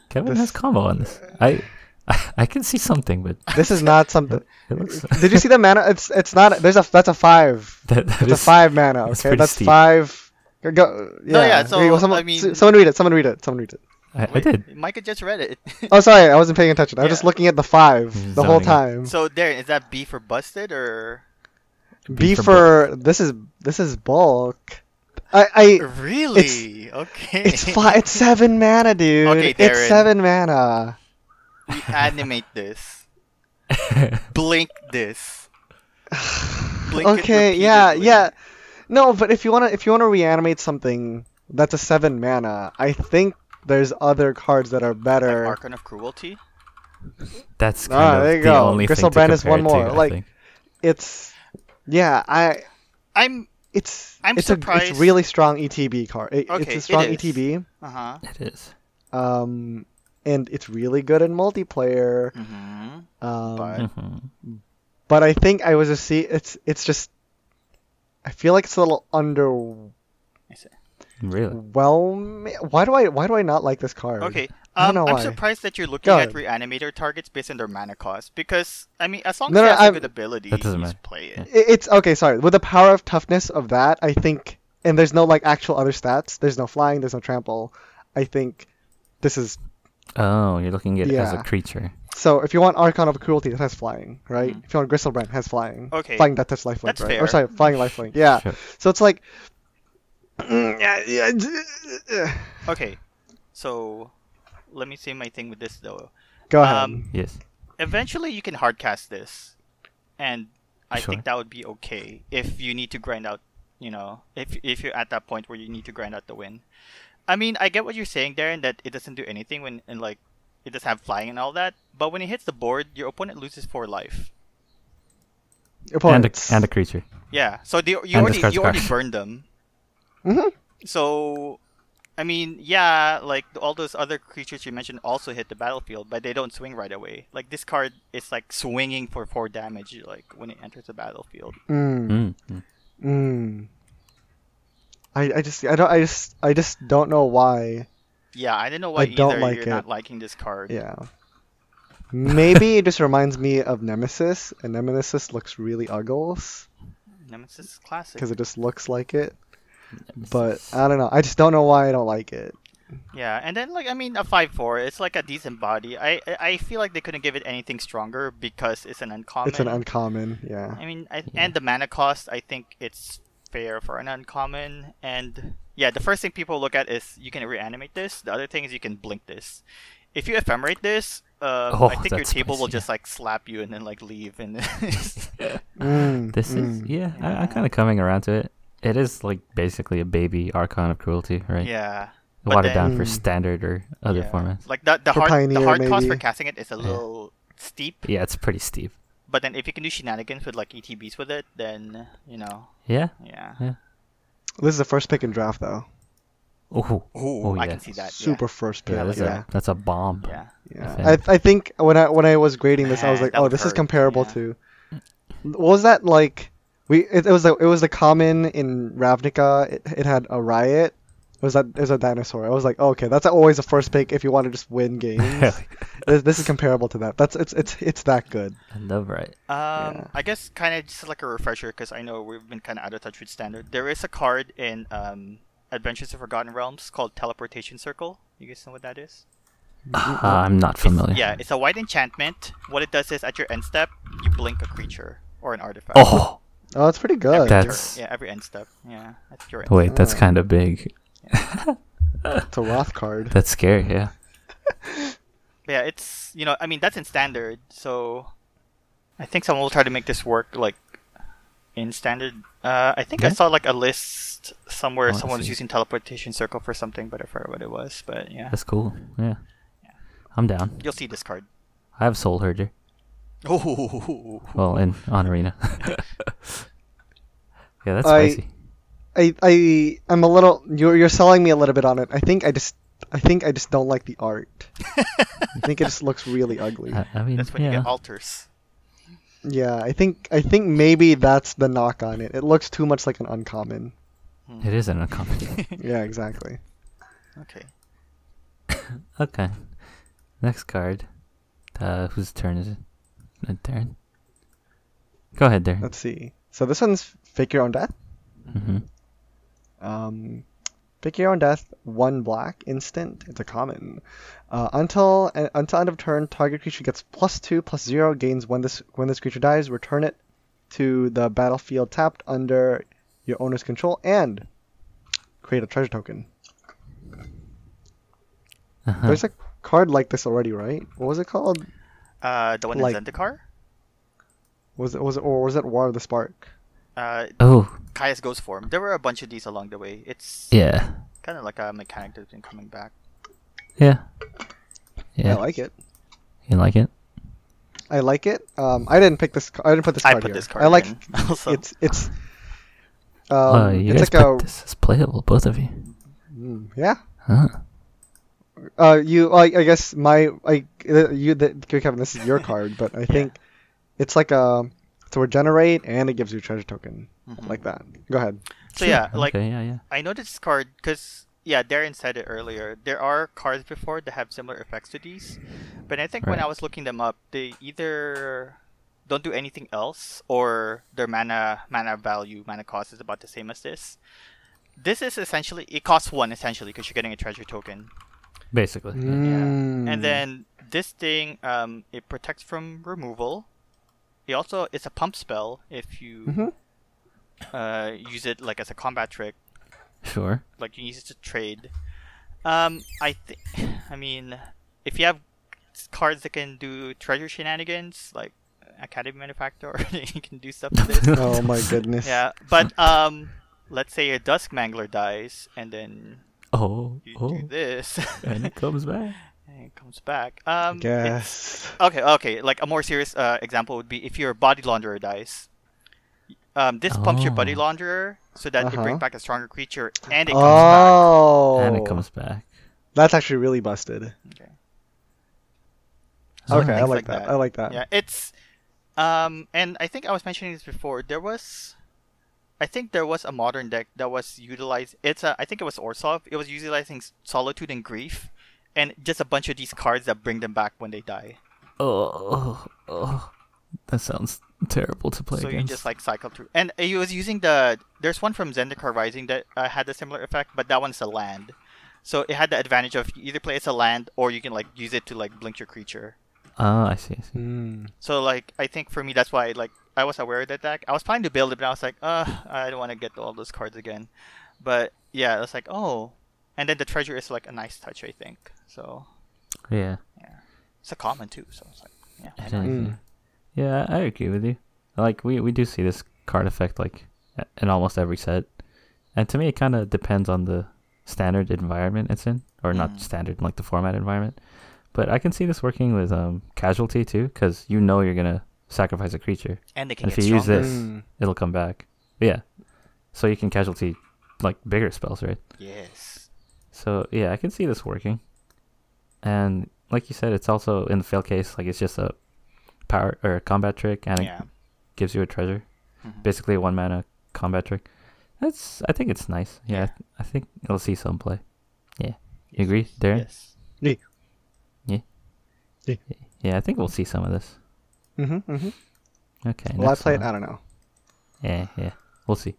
Speaker 1: Kevin has
Speaker 2: This-
Speaker 1: combo on this. I, I I can see something, but
Speaker 2: This is not something.
Speaker 1: it looks
Speaker 2: Did you see the mana? It's, it's not. There's a, that's a five.
Speaker 1: that, that
Speaker 2: That's a
Speaker 1: is
Speaker 2: five mana.
Speaker 1: that's
Speaker 2: Okay,
Speaker 1: pretty
Speaker 2: that's
Speaker 1: steep.
Speaker 2: five. Go, go- yeah.
Speaker 3: No, yeah, so,
Speaker 2: Okay, well,
Speaker 3: I
Speaker 2: someone, s-
Speaker 3: mean-
Speaker 2: someone read it. Someone read it. Someone read it.
Speaker 1: I, I
Speaker 3: Wait,
Speaker 1: did.
Speaker 3: Micah just read it.
Speaker 2: Oh, sorry, I wasn't paying attention. I was
Speaker 3: Yeah.
Speaker 2: just looking at the five
Speaker 1: He's
Speaker 2: the whole
Speaker 1: Mm-hmm. zoning
Speaker 2: time.
Speaker 3: so there is that B for busted or
Speaker 2: B
Speaker 1: for
Speaker 2: for this is this is bulk. I, I
Speaker 3: really okay.
Speaker 2: It's fi- It's seven mana, dude.
Speaker 3: Okay, Darren.
Speaker 2: it's seven mana.
Speaker 3: We animate this. Blink this. Blink it
Speaker 2: okay, yeah,
Speaker 3: repeatedly.
Speaker 2: yeah. No, but if you wanna, if you wanna reanimate something that's a seven mana, I think there's other cards that are
Speaker 3: Like
Speaker 2: better.
Speaker 3: Archon of Cruelty.
Speaker 1: That's kind
Speaker 2: Ah,
Speaker 1: of
Speaker 2: there you
Speaker 1: the
Speaker 2: go.
Speaker 1: only
Speaker 2: Crystal
Speaker 1: thing
Speaker 2: Brand
Speaker 1: to
Speaker 2: is one
Speaker 1: compare it
Speaker 2: more,
Speaker 1: To, I
Speaker 2: like-
Speaker 1: think.
Speaker 2: It's, yeah, I,
Speaker 3: I'm
Speaker 2: it's,
Speaker 3: I'm
Speaker 2: it's a,
Speaker 3: surprised-
Speaker 2: it's really strong ETB card. It-
Speaker 3: Okay,
Speaker 2: it's
Speaker 3: it
Speaker 2: a strong
Speaker 3: is.
Speaker 2: ETB.
Speaker 3: uh huh.
Speaker 1: it is.
Speaker 2: Um, and it's really good in multiplayer.
Speaker 3: Mm-hmm.
Speaker 2: Um,
Speaker 3: But-
Speaker 1: Mhm.
Speaker 2: but I think I was just see it's it's just I feel like it's a little underwhelming.
Speaker 1: Really?
Speaker 2: Why do I why do I not like this card?
Speaker 3: Okay.
Speaker 2: I don't
Speaker 3: Um,
Speaker 2: know
Speaker 3: I'm
Speaker 2: why.
Speaker 3: surprised that you're looking
Speaker 2: Go
Speaker 3: at reanimator targets based on their mana cost because I mean, as long as
Speaker 2: No,
Speaker 3: you
Speaker 2: no,
Speaker 3: have a
Speaker 2: I'm-
Speaker 3: good ability,
Speaker 1: That doesn't
Speaker 3: you just
Speaker 1: matter.
Speaker 3: play it.
Speaker 1: Yeah.
Speaker 2: I- It's okay, sorry. With the power of toughness of that, I think and there's no like actual other stats. There's no flying, there's no trample. I think this is
Speaker 1: Oh, you're looking at it as a
Speaker 2: Yeah.
Speaker 1: creature.
Speaker 2: so if you want Archon of Cruelty, it has flying, right? If you want Gristlebrand, it has flying.
Speaker 3: Hmm. Okay.
Speaker 2: Flying that touch lifelink,
Speaker 3: That's
Speaker 2: right?
Speaker 3: fair.
Speaker 2: Or sorry, flying lifelink. Yeah.
Speaker 1: Sure.
Speaker 2: So it's like yeah, yeah, yeah.
Speaker 3: Okay. So let me say my thing with this though.
Speaker 2: Go ahead.
Speaker 3: Um,
Speaker 1: Yes.
Speaker 3: eventually you can hardcast this and I
Speaker 1: Sure.
Speaker 3: think that would be okay if you need to grind out, you know, if if you're at that point where you need to grind out the win. I mean, I get what you're saying, Darren, that it doesn't do anything when and like it doesn't have flying and all that. But when it hits the board, your opponent loses four life.
Speaker 1: and a,
Speaker 2: Opponents.
Speaker 1: and a creature.
Speaker 3: Yeah. So they, you
Speaker 1: And
Speaker 3: already
Speaker 1: discards
Speaker 3: you already
Speaker 1: cards.
Speaker 3: burned them.
Speaker 2: Mhm.
Speaker 3: So, I mean, yeah, like all those other creatures you mentioned also hit the battlefield, but they don't swing right away. Like this card is like swinging for four damage, like when it enters the battlefield.
Speaker 2: Mm.
Speaker 1: Mm. mm.
Speaker 2: Mm. I, I just I don't I just I just don't know why.
Speaker 3: Yeah, I don't know why
Speaker 2: I
Speaker 3: either
Speaker 2: don't like
Speaker 3: you're
Speaker 2: it.
Speaker 3: not liking this card.
Speaker 2: Yeah. Maybe it just reminds me of Nemesis, and Nemesis looks really uggles
Speaker 3: Nemesis is classic.
Speaker 2: because it just looks like it. But I don't know. I just don't know why I don't like it.
Speaker 3: Yeah, and then like I mean a five four, it's like a decent body. I I- I feel like they couldn't give it anything stronger because it's an uncommon.
Speaker 2: It's an uncommon, yeah.
Speaker 3: I mean, I, and the mana cost, I think it's fair for an uncommon. And yeah, the first thing people look at is you can reanimate this. The other thing is you can blink this. If you ephemerate this, uh,
Speaker 1: Oh,
Speaker 3: I think your
Speaker 1: that's
Speaker 3: table will
Speaker 1: spicy.
Speaker 3: just like slap you and then like leave. And
Speaker 2: Mm,
Speaker 1: this is
Speaker 2: mm.
Speaker 1: yeah. I, I'm
Speaker 3: Yeah.
Speaker 1: kind of coming around to it. It is like basically a baby Archon of Cruelty, right?
Speaker 3: yeah, but
Speaker 1: Watered
Speaker 3: then-
Speaker 1: down for
Speaker 2: Mm.
Speaker 1: standard or other
Speaker 3: yeah.
Speaker 1: formats.
Speaker 3: Like the the
Speaker 2: For
Speaker 3: hard the
Speaker 2: Pioneer,
Speaker 3: hard cost for
Speaker 2: maybe.
Speaker 3: casting it is a
Speaker 1: Yeah.
Speaker 3: little steep.
Speaker 1: Yeah, it's pretty steep.
Speaker 3: But then if you can do shenanigans with like ETBs with it, then you know,
Speaker 1: Yeah.
Speaker 3: yeah.
Speaker 2: This is the first pick in draft though.
Speaker 1: Oh.
Speaker 3: Ooh,
Speaker 1: Oh,
Speaker 3: I
Speaker 1: yeah.
Speaker 3: can see that. yeah.
Speaker 2: Super first pick.
Speaker 1: Yeah, that's
Speaker 2: Yeah.
Speaker 1: a that's a bomb.
Speaker 3: yeah.
Speaker 2: yeah.
Speaker 1: Okay.
Speaker 2: I, I think when I when I was grading this, I was
Speaker 3: Man,
Speaker 2: like,
Speaker 3: that
Speaker 2: oh,
Speaker 3: would
Speaker 2: this is
Speaker 3: hurt,
Speaker 2: comparable
Speaker 3: yeah.
Speaker 2: to. What was that like? We it, it was the it was the common in Ravnica. It, it had a riot. It was that it was a dinosaur. I was like, oh, okay, that's always a first pick if you want to just win games. this, this is comparable to that. That's it's it's it's that good.
Speaker 1: I love right.
Speaker 3: Um,
Speaker 2: Yeah.
Speaker 3: I guess kind of just like a refresher because I know we've been kind of out of touch with standard. There is a card in um, Adventures of Forgotten Realms called Teleportation Circle. You guys know what that is?
Speaker 1: Uh, I'm not
Speaker 3: It's-
Speaker 1: familiar.
Speaker 3: yeah, it's a white enchantment. What it does is at your end step, you blink a creature or an artifact.
Speaker 1: Oh
Speaker 2: Oh, it's pretty good.
Speaker 1: That-
Speaker 3: Your-
Speaker 1: that's-
Speaker 3: yeah, every end step. Yeah, that's your end.
Speaker 1: wait, that's
Speaker 2: Ah.
Speaker 1: kind of big.
Speaker 2: It's a Roth card.
Speaker 1: That's scary. Yeah.
Speaker 3: Yeah, it's you know, I mean that's in standard, so I think someone will try to make this work like in standard. Uh, I think I
Speaker 1: Yeah.
Speaker 3: saw like a list somewhere
Speaker 1: Oh, I
Speaker 3: someone was
Speaker 1: see.
Speaker 3: using teleportation circle for something, but I forgot what it was. But yeah,
Speaker 1: That's cool. Yeah. I'm down.
Speaker 3: you'll see this card.
Speaker 1: I have Soul Herder.
Speaker 3: Oh,
Speaker 1: Well, in on arena. yeah, that's
Speaker 2: I-
Speaker 1: spicy.
Speaker 2: I I I'm a little. You're you're selling me a little bit on it. I think I just I think I just don't like the art. I think it just looks really ugly.
Speaker 1: I, I mean,
Speaker 3: that's when you
Speaker 1: yeah.
Speaker 3: get alters.
Speaker 2: Yeah, I think I think maybe that's the knock on it. It looks too much like an uncommon.
Speaker 1: It is an uncommon.
Speaker 2: Yeah, exactly.
Speaker 3: Okay,
Speaker 1: okay. Next card. Uh, whose turn is it? Uh, Darren. Go ahead, Darren.
Speaker 2: Let's see. So this one's Fake Your Own Death.
Speaker 1: hmm
Speaker 2: Um, pick Your Own Death, one black, instant. It's a common. Uh, until uh, until end of turn, target creature gets plus two, plus zero, gains when this when this creature dies. Return it to the battlefield tapped under your owner's control and create a treasure token.
Speaker 1: Uh-huh.
Speaker 2: There's a card like this already, right? What was it called?
Speaker 3: uh, the one
Speaker 2: Like-
Speaker 3: in Zendikar.
Speaker 2: Was it was it or was it War of the Spark?
Speaker 3: Uh,
Speaker 1: Oh,
Speaker 3: Caius Ghost Form. There were a bunch of these along the way. It's
Speaker 1: yeah.
Speaker 3: kind of like a mechanic that's been coming back.
Speaker 1: Yeah. Yeah.
Speaker 2: I like it.
Speaker 1: you like it?
Speaker 2: I like it. Um, I didn't pick this. ca- I didn't
Speaker 1: Oh,
Speaker 2: put this
Speaker 3: I
Speaker 2: card
Speaker 3: put
Speaker 2: here.
Speaker 3: this card.
Speaker 2: I like
Speaker 3: in also.
Speaker 2: it's it's. Um,
Speaker 1: Oh, you
Speaker 2: it's
Speaker 1: guys
Speaker 2: like a
Speaker 1: put this as playable, both of you.
Speaker 2: mm, yeah.
Speaker 1: Huh.
Speaker 2: Uh, you I, I guess my I uh, you the Kevin. This is your card, but I think it's like a to regenerate and it gives you a treasure token
Speaker 3: Mhm.
Speaker 2: like that. Go ahead.
Speaker 3: so yeah, like
Speaker 1: okay, yeah, yeah.
Speaker 3: I know this card because yeah, Darren said it earlier. There are cards before that have similar effects to these, but I think when
Speaker 1: Right.
Speaker 3: I was looking them up, they either don't do anything else or their mana mana value mana cost is about the same as this. This is essentially it costs one essentially because you're getting a treasure token,
Speaker 1: Basically. yeah.
Speaker 2: Mm.
Speaker 3: and then this thing um, it protects from removal. It also it's a pump spell if you
Speaker 2: Mhm.
Speaker 3: uh, use it like as a combat trick
Speaker 1: Sure.
Speaker 3: like you use it to trade. Um, I think, I mean, if you have cards that can do treasure shenanigans, like uh, Academy Manufacturer. you can do stuff with this.
Speaker 2: Oh my goodness.
Speaker 3: yeah, but um, let's say your Dusk Mangler dies, and then
Speaker 1: Oh,
Speaker 3: you
Speaker 1: oh,
Speaker 3: do this,
Speaker 1: and it comes back.
Speaker 3: and it comes back. Um, it's-
Speaker 2: Yes.
Speaker 3: Okay, okay. Like a more serious uh, example would be if your body launderer dies. Um, this pumps your body
Speaker 1: Oh.
Speaker 3: launderer so that it
Speaker 2: Uh-huh.
Speaker 3: brings back a stronger creature and it comes
Speaker 2: Oh.
Speaker 1: And it comes back.
Speaker 2: That's actually really busted.
Speaker 3: back. Okay.
Speaker 1: Oh.
Speaker 2: okay, I
Speaker 3: Things
Speaker 2: like,
Speaker 3: like
Speaker 2: that.
Speaker 3: that.
Speaker 2: I like that.
Speaker 3: Yeah, it's um and I think I was mentioning this before. There was I think there was a modern deck that was utilized it's a I think it was Orsov. It was utilizing s- Solitude and Grief and just a bunch of these cards that bring them back when they die.
Speaker 1: Oh, oh, oh. that sounds terrible to play
Speaker 3: so
Speaker 1: against.
Speaker 3: you just like cycle through. And it was using the there's one from Zendikar Rising that uh, had a similar effect, but that one's a land. So it had the advantage of you either play as a land or you can like use it to like blink your creature.
Speaker 1: ah, I see. I see.
Speaker 2: Hmm.
Speaker 3: So like I think for me that's why like I was aware of that deck. I was planning to build it, but I was like, uh, I don't want to get all those cards again. But yeah, it's like oh, and then the treasure is like a nice touch I think. So
Speaker 1: Yeah.
Speaker 3: it's a common too. So it's like yeah. why
Speaker 1: It
Speaker 3: not?
Speaker 1: is,
Speaker 2: Mm.
Speaker 1: Yeah, Yeah, I agree with you. Like we we do see this card effect like a- in almost every set, and to me it kind of depends on the standard environment it's in, or not
Speaker 3: Mm.
Speaker 1: standard like the format environment. But I can see this working with um casualty too, because you know you're gonna sacrifice a creature.
Speaker 3: And they
Speaker 1: And
Speaker 3: can
Speaker 1: if
Speaker 3: get
Speaker 1: you use
Speaker 3: stronger.
Speaker 1: this,
Speaker 2: Mm.
Speaker 1: it'll come back. Yeah, so you can casualty like bigger spells, right?
Speaker 3: Yes.
Speaker 1: So yeah, I can see this working. And like you said, it's also in the fail case, like it's just a power or a combat trick and
Speaker 3: Yeah.
Speaker 1: it gives you a treasure.
Speaker 3: Mhm.
Speaker 1: Basically a one mana combat trick. That's I think it's nice. Yeah, I,
Speaker 3: Yeah.
Speaker 1: th- I think it'll see some play. Yeah. You agree, Darren?
Speaker 3: Yes.
Speaker 2: Yeah.
Speaker 1: Yeah, I think we'll see some of this.
Speaker 2: hmm hmm
Speaker 1: Okay.
Speaker 2: Will I
Speaker 1: next
Speaker 2: play it?
Speaker 1: one.
Speaker 2: I don't know.
Speaker 1: Yeah, yeah. We'll see.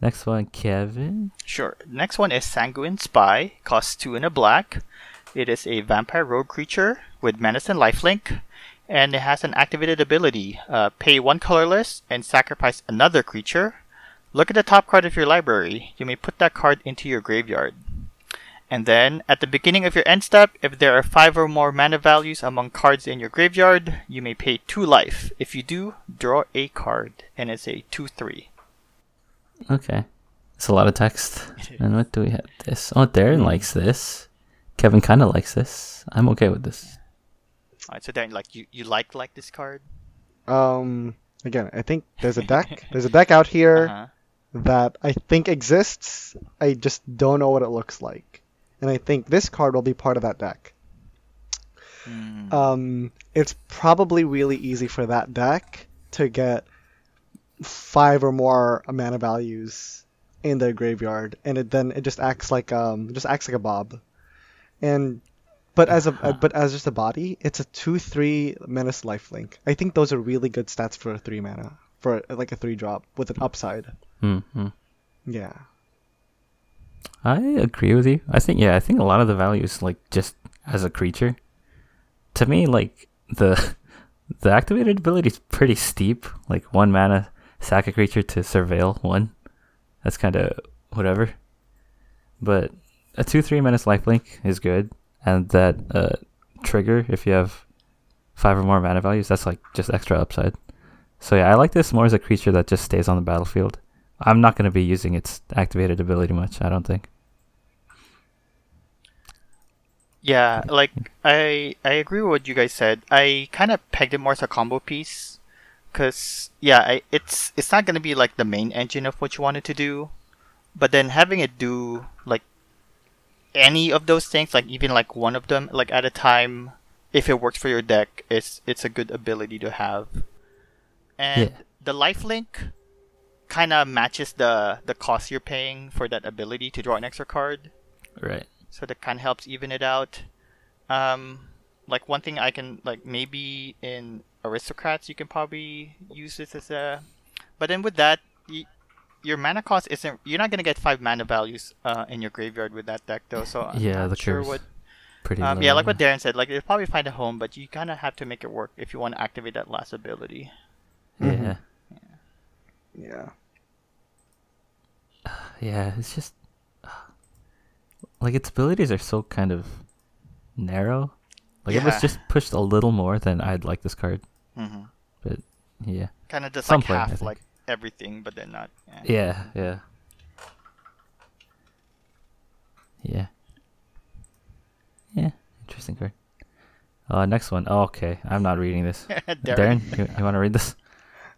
Speaker 1: Next one, Kevin.
Speaker 3: Sure. Next one is Sanguine Spy. Costs two and a black. It is a vampire rogue creature with menace and lifelink, and it has an activated ability. Uh, pay one colorless and sacrifice another creature. Look at the top card of your library. You may put that card into your graveyard. And then, at the beginning of your end step, if there are five or more mana values among cards in your graveyard, you may pay two life. If you do, draw a card, and it's a 2 3.
Speaker 1: Okay. It's a lot of text. And what do we have? This. Oh, Darren likes this. Kevin kind of likes this. I'm okay with this.
Speaker 3: Alright, so then, like, you, you like like this card?
Speaker 2: Um, again, I think there's a deck. there's a deck out here
Speaker 3: Uh-huh.
Speaker 2: that I think exists. I just don't know what it looks like, and I think this card will be part of that deck. Um, it's probably really easy for that deck to get five or more mana values in their graveyard, and it then it just acts like um it just acts like a bob, and but as a but as just a body, it's a two three menace lifelink. I think those are really good stats for a three mana for uh, like a three drop with an upside.
Speaker 1: Mm-hmm.
Speaker 2: Yeah.
Speaker 1: I agree with you. I think yeah, I think a lot of the value is like just as a creature. To me, like the the activated ability is pretty steep. Like one mana, sack a creature to surveil one. That's kind of whatever. But a two three menace lifelink is good, and that uh, trigger if you have five or more mana values, that's like just extra upside. So yeah, I like this more as a creature that just stays on the battlefield. I'm not going to be using its activated ability much. I don't think.
Speaker 3: Yeah, like I I agree with what you guys said. I kind of pegged it more as a combo piece, cause yeah, I, it's it's not gonna be like the main engine of what you wanted to do, but then having it do like any of those things, like even like one of them, like at a time, if it works for your deck, it's it's a good ability to have, and
Speaker 1: Yeah.
Speaker 3: the lifelink kind of matches the the cost you're paying for that ability to draw an extra card
Speaker 1: Right.
Speaker 3: so that kind of helps even it out. Um, like one thing I can like maybe in aristocrats you can probably use this as a, but then with that y your mana cost isn't you're not gonna get five mana values uh, in your graveyard with that deck though. So I'm
Speaker 1: Yeah, the
Speaker 3: not sure
Speaker 1: curve's
Speaker 3: what
Speaker 1: Pretty.
Speaker 3: um, yeah
Speaker 1: low,
Speaker 3: like what Darren said like you'll probably find a home, but you kind of have to make it work if you want to activate that last ability.
Speaker 1: Yeah.
Speaker 3: Mm-hmm.
Speaker 2: Yeah.
Speaker 1: Yeah. It's just like its abilities are so kind of narrow. Like if it was
Speaker 3: Yeah.
Speaker 1: just pushed a little more, then I'd like this card.
Speaker 3: Mm-hmm.
Speaker 1: Yeah.
Speaker 3: Kind of just
Speaker 1: Some
Speaker 3: like
Speaker 1: play, I
Speaker 3: half
Speaker 1: think.
Speaker 3: like everything, but then not. Yeah.
Speaker 1: Yeah, yeah. Yeah. Yeah, interesting card. Uh, next one. Oh, okay, I'm not reading this.
Speaker 3: Darren.
Speaker 1: Darren, you, you want to read this?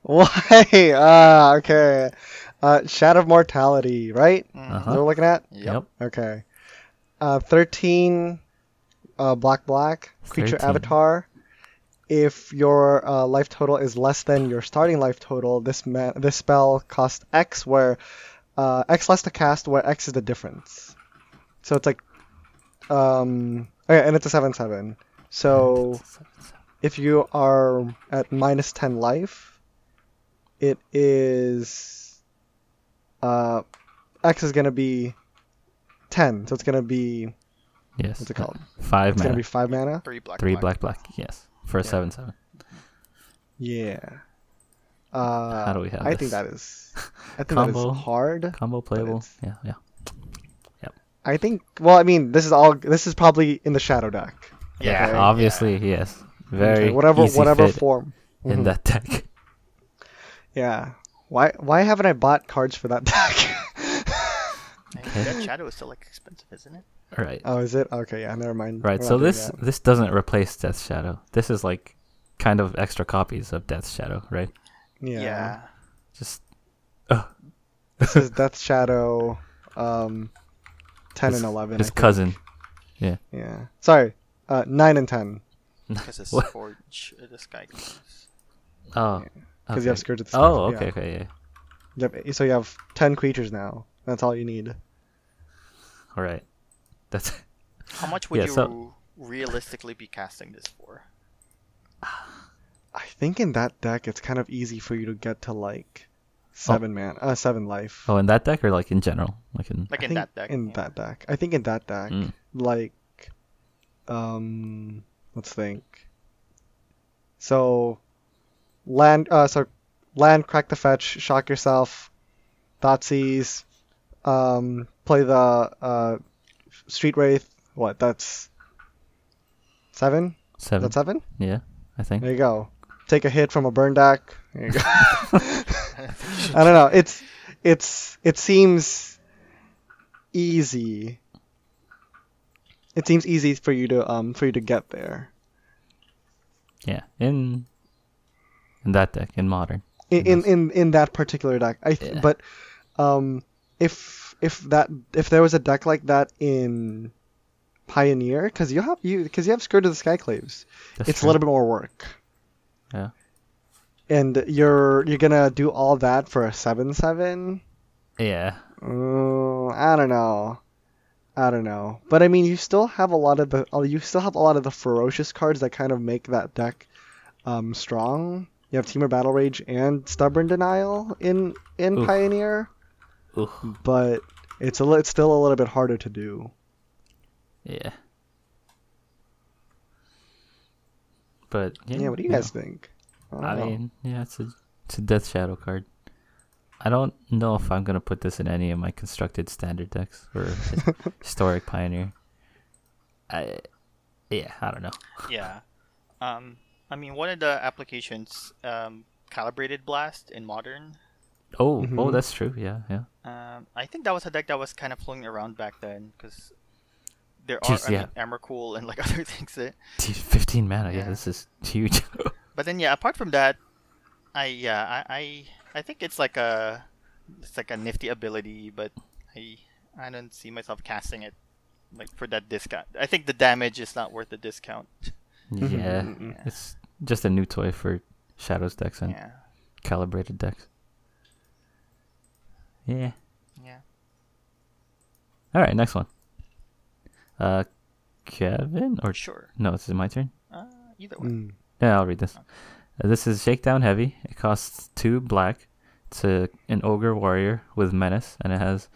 Speaker 2: Why? Ah, okay. Uh, Shadow of Mortality, right?
Speaker 3: Mm.
Speaker 1: Uh-huh.
Speaker 2: Is that what we're looking at?
Speaker 3: Yep.
Speaker 2: Okay. Uh, 13 uh, black black creature
Speaker 1: 13.
Speaker 2: avatar. If your uh, life total is less than your starting life total, this ma- this spell costs X, where uh, X less to cast, where X is the difference. So it's like, um, okay, and it's a seven seven. So if you are at minus 10 life, it is. Uh, X is going to be 10. So it's going to be.
Speaker 1: Yes.
Speaker 2: What's it called?
Speaker 1: Five
Speaker 2: It's going
Speaker 1: mana.
Speaker 2: to be 5 mana.
Speaker 3: Three black.
Speaker 1: Three black black. Yes. For a seven seven.
Speaker 2: Yeah. Uh,
Speaker 1: How do we have
Speaker 2: I
Speaker 1: this?
Speaker 2: think that is. I think
Speaker 1: Combo.
Speaker 2: that is hard.
Speaker 1: Combo playable.
Speaker 2: it's-
Speaker 1: Yeah, yeah.
Speaker 2: I think. Well, I mean, this is all. This is probably in the shadow deck.
Speaker 3: Yeah.
Speaker 2: Okay.
Speaker 1: Obviously, yes. Very
Speaker 2: Okay, whatever,
Speaker 1: easy
Speaker 2: whatever
Speaker 1: fit
Speaker 2: form.
Speaker 1: in
Speaker 2: Mhm.
Speaker 1: that deck.
Speaker 2: Yeah. Why? Why haven't I bought cards for that deck?
Speaker 3: And That shadow is still like expensive, isn't it?
Speaker 1: right.
Speaker 2: oh, is it? Okay. Yeah. Never mind.
Speaker 1: Right.
Speaker 2: We're
Speaker 1: So
Speaker 2: not doing
Speaker 1: this
Speaker 2: that.
Speaker 1: this doesn't replace Death Shadow. This is like kind of extra copies of Death Shadow, right?
Speaker 2: yeah.
Speaker 1: Just
Speaker 2: this is Death Shadow, um, ten
Speaker 1: His-
Speaker 2: and eleven.
Speaker 1: his
Speaker 2: I think.
Speaker 1: cousin.
Speaker 2: Yeah. Sorry, uh, nine and ten
Speaker 3: Because it's
Speaker 1: What?
Speaker 3: forge. uh, This guy.
Speaker 1: Oh.
Speaker 2: because
Speaker 1: okay.
Speaker 2: you have Scourge of the
Speaker 1: Oh,
Speaker 2: Scourge,
Speaker 1: okay,
Speaker 2: yeah.
Speaker 1: okay, yeah.
Speaker 2: You have- so you have ten creatures now. That's all you need.
Speaker 1: All right. That's
Speaker 3: How much would
Speaker 1: Yeah,
Speaker 3: you
Speaker 1: so-
Speaker 3: realistically be casting this for?
Speaker 2: I think in that deck it's kind of easy for you to get to like seven man, uh, seven life.
Speaker 1: Oh, in that deck or like in general? Like in
Speaker 3: Like
Speaker 2: I
Speaker 3: in
Speaker 2: think
Speaker 3: that deck.
Speaker 2: In
Speaker 3: yeah.
Speaker 2: that deck, I think in that deck,
Speaker 1: Mm.
Speaker 2: like, um, let's think. So, land. Uh, so land. Crack the fetch. Shock yourself. Thoughtseize. Um, play the uh, street wraith. What? That's seven. Is
Speaker 1: seven.
Speaker 2: that seven?
Speaker 1: Yeah, I think.
Speaker 2: There you go. Take a hit from a burn deck. There you go. I don't know. It's it's it seems easy. It seems easy for you to um for you to get there.
Speaker 1: Yeah. In in that deck, in modern.
Speaker 2: In in in, in that particular deck. I th-
Speaker 1: Yeah.
Speaker 2: but um if if that if there was a deck like that in Pioneer cuz you have you cuz you have Scourge of the Skyclaves.
Speaker 1: That's
Speaker 2: it's
Speaker 1: true.
Speaker 2: a little bit more work.
Speaker 1: Yeah.
Speaker 2: And you're you're going to do all that for a 7/7?
Speaker 1: Yeah.
Speaker 2: Mm, I don't know. I don't know. But I mean, you still have a lot of the oh, you still have a lot of the ferocious cards that kind of make that deck um, strong. You have Teamer Battle Rage and Stubborn Denial in in
Speaker 1: Oof.
Speaker 2: Pioneer,
Speaker 1: Oof.
Speaker 2: but it's a li- it's still a little bit harder to do.
Speaker 1: Yeah. But yeah,
Speaker 2: Yeah, what do you
Speaker 1: no.
Speaker 2: guys think? don't
Speaker 1: I
Speaker 2: know.
Speaker 1: mean, yeah, it's a it's a Death Shadow card. I don't know if I'm gonna put this in any of my constructed standard decks or his- historic pioneer. I, yeah, I don't know.
Speaker 3: Yeah. Um, I mean, one of the applications, um, calibrated blast in modern.
Speaker 1: Oh, oh,
Speaker 2: Mhm.
Speaker 1: that's true. Yeah, yeah.
Speaker 3: Um, I think that was a deck that was kind of floating around back then because there
Speaker 1: Jeez,
Speaker 3: are
Speaker 1: yeah.
Speaker 3: I mean, Emrakul and like other things that.
Speaker 1: Dude, 15 mana. Yeah,
Speaker 3: Yeah.
Speaker 1: this is huge.
Speaker 3: But then yeah, apart from that, I yeah I I, I think it's like a it's like a nifty ability, but I I don't see myself casting it like for that discount. I think the damage is not worth the discount.
Speaker 1: yeah,
Speaker 2: Mhm.
Speaker 1: it's just a new toy for Shadows decks and
Speaker 3: Yeah.
Speaker 1: calibrated decks. Yeah.
Speaker 3: Yeah.
Speaker 1: All right, next one. Uh, Kevin or
Speaker 3: Sure.
Speaker 1: no? This is my turn.
Speaker 3: Uh, either way.
Speaker 2: Mm.
Speaker 1: Yeah, I'll read this. Uh, this is Shakedown Heavy. It costs two black. It's a, an Ogre Warrior with Menace, and it has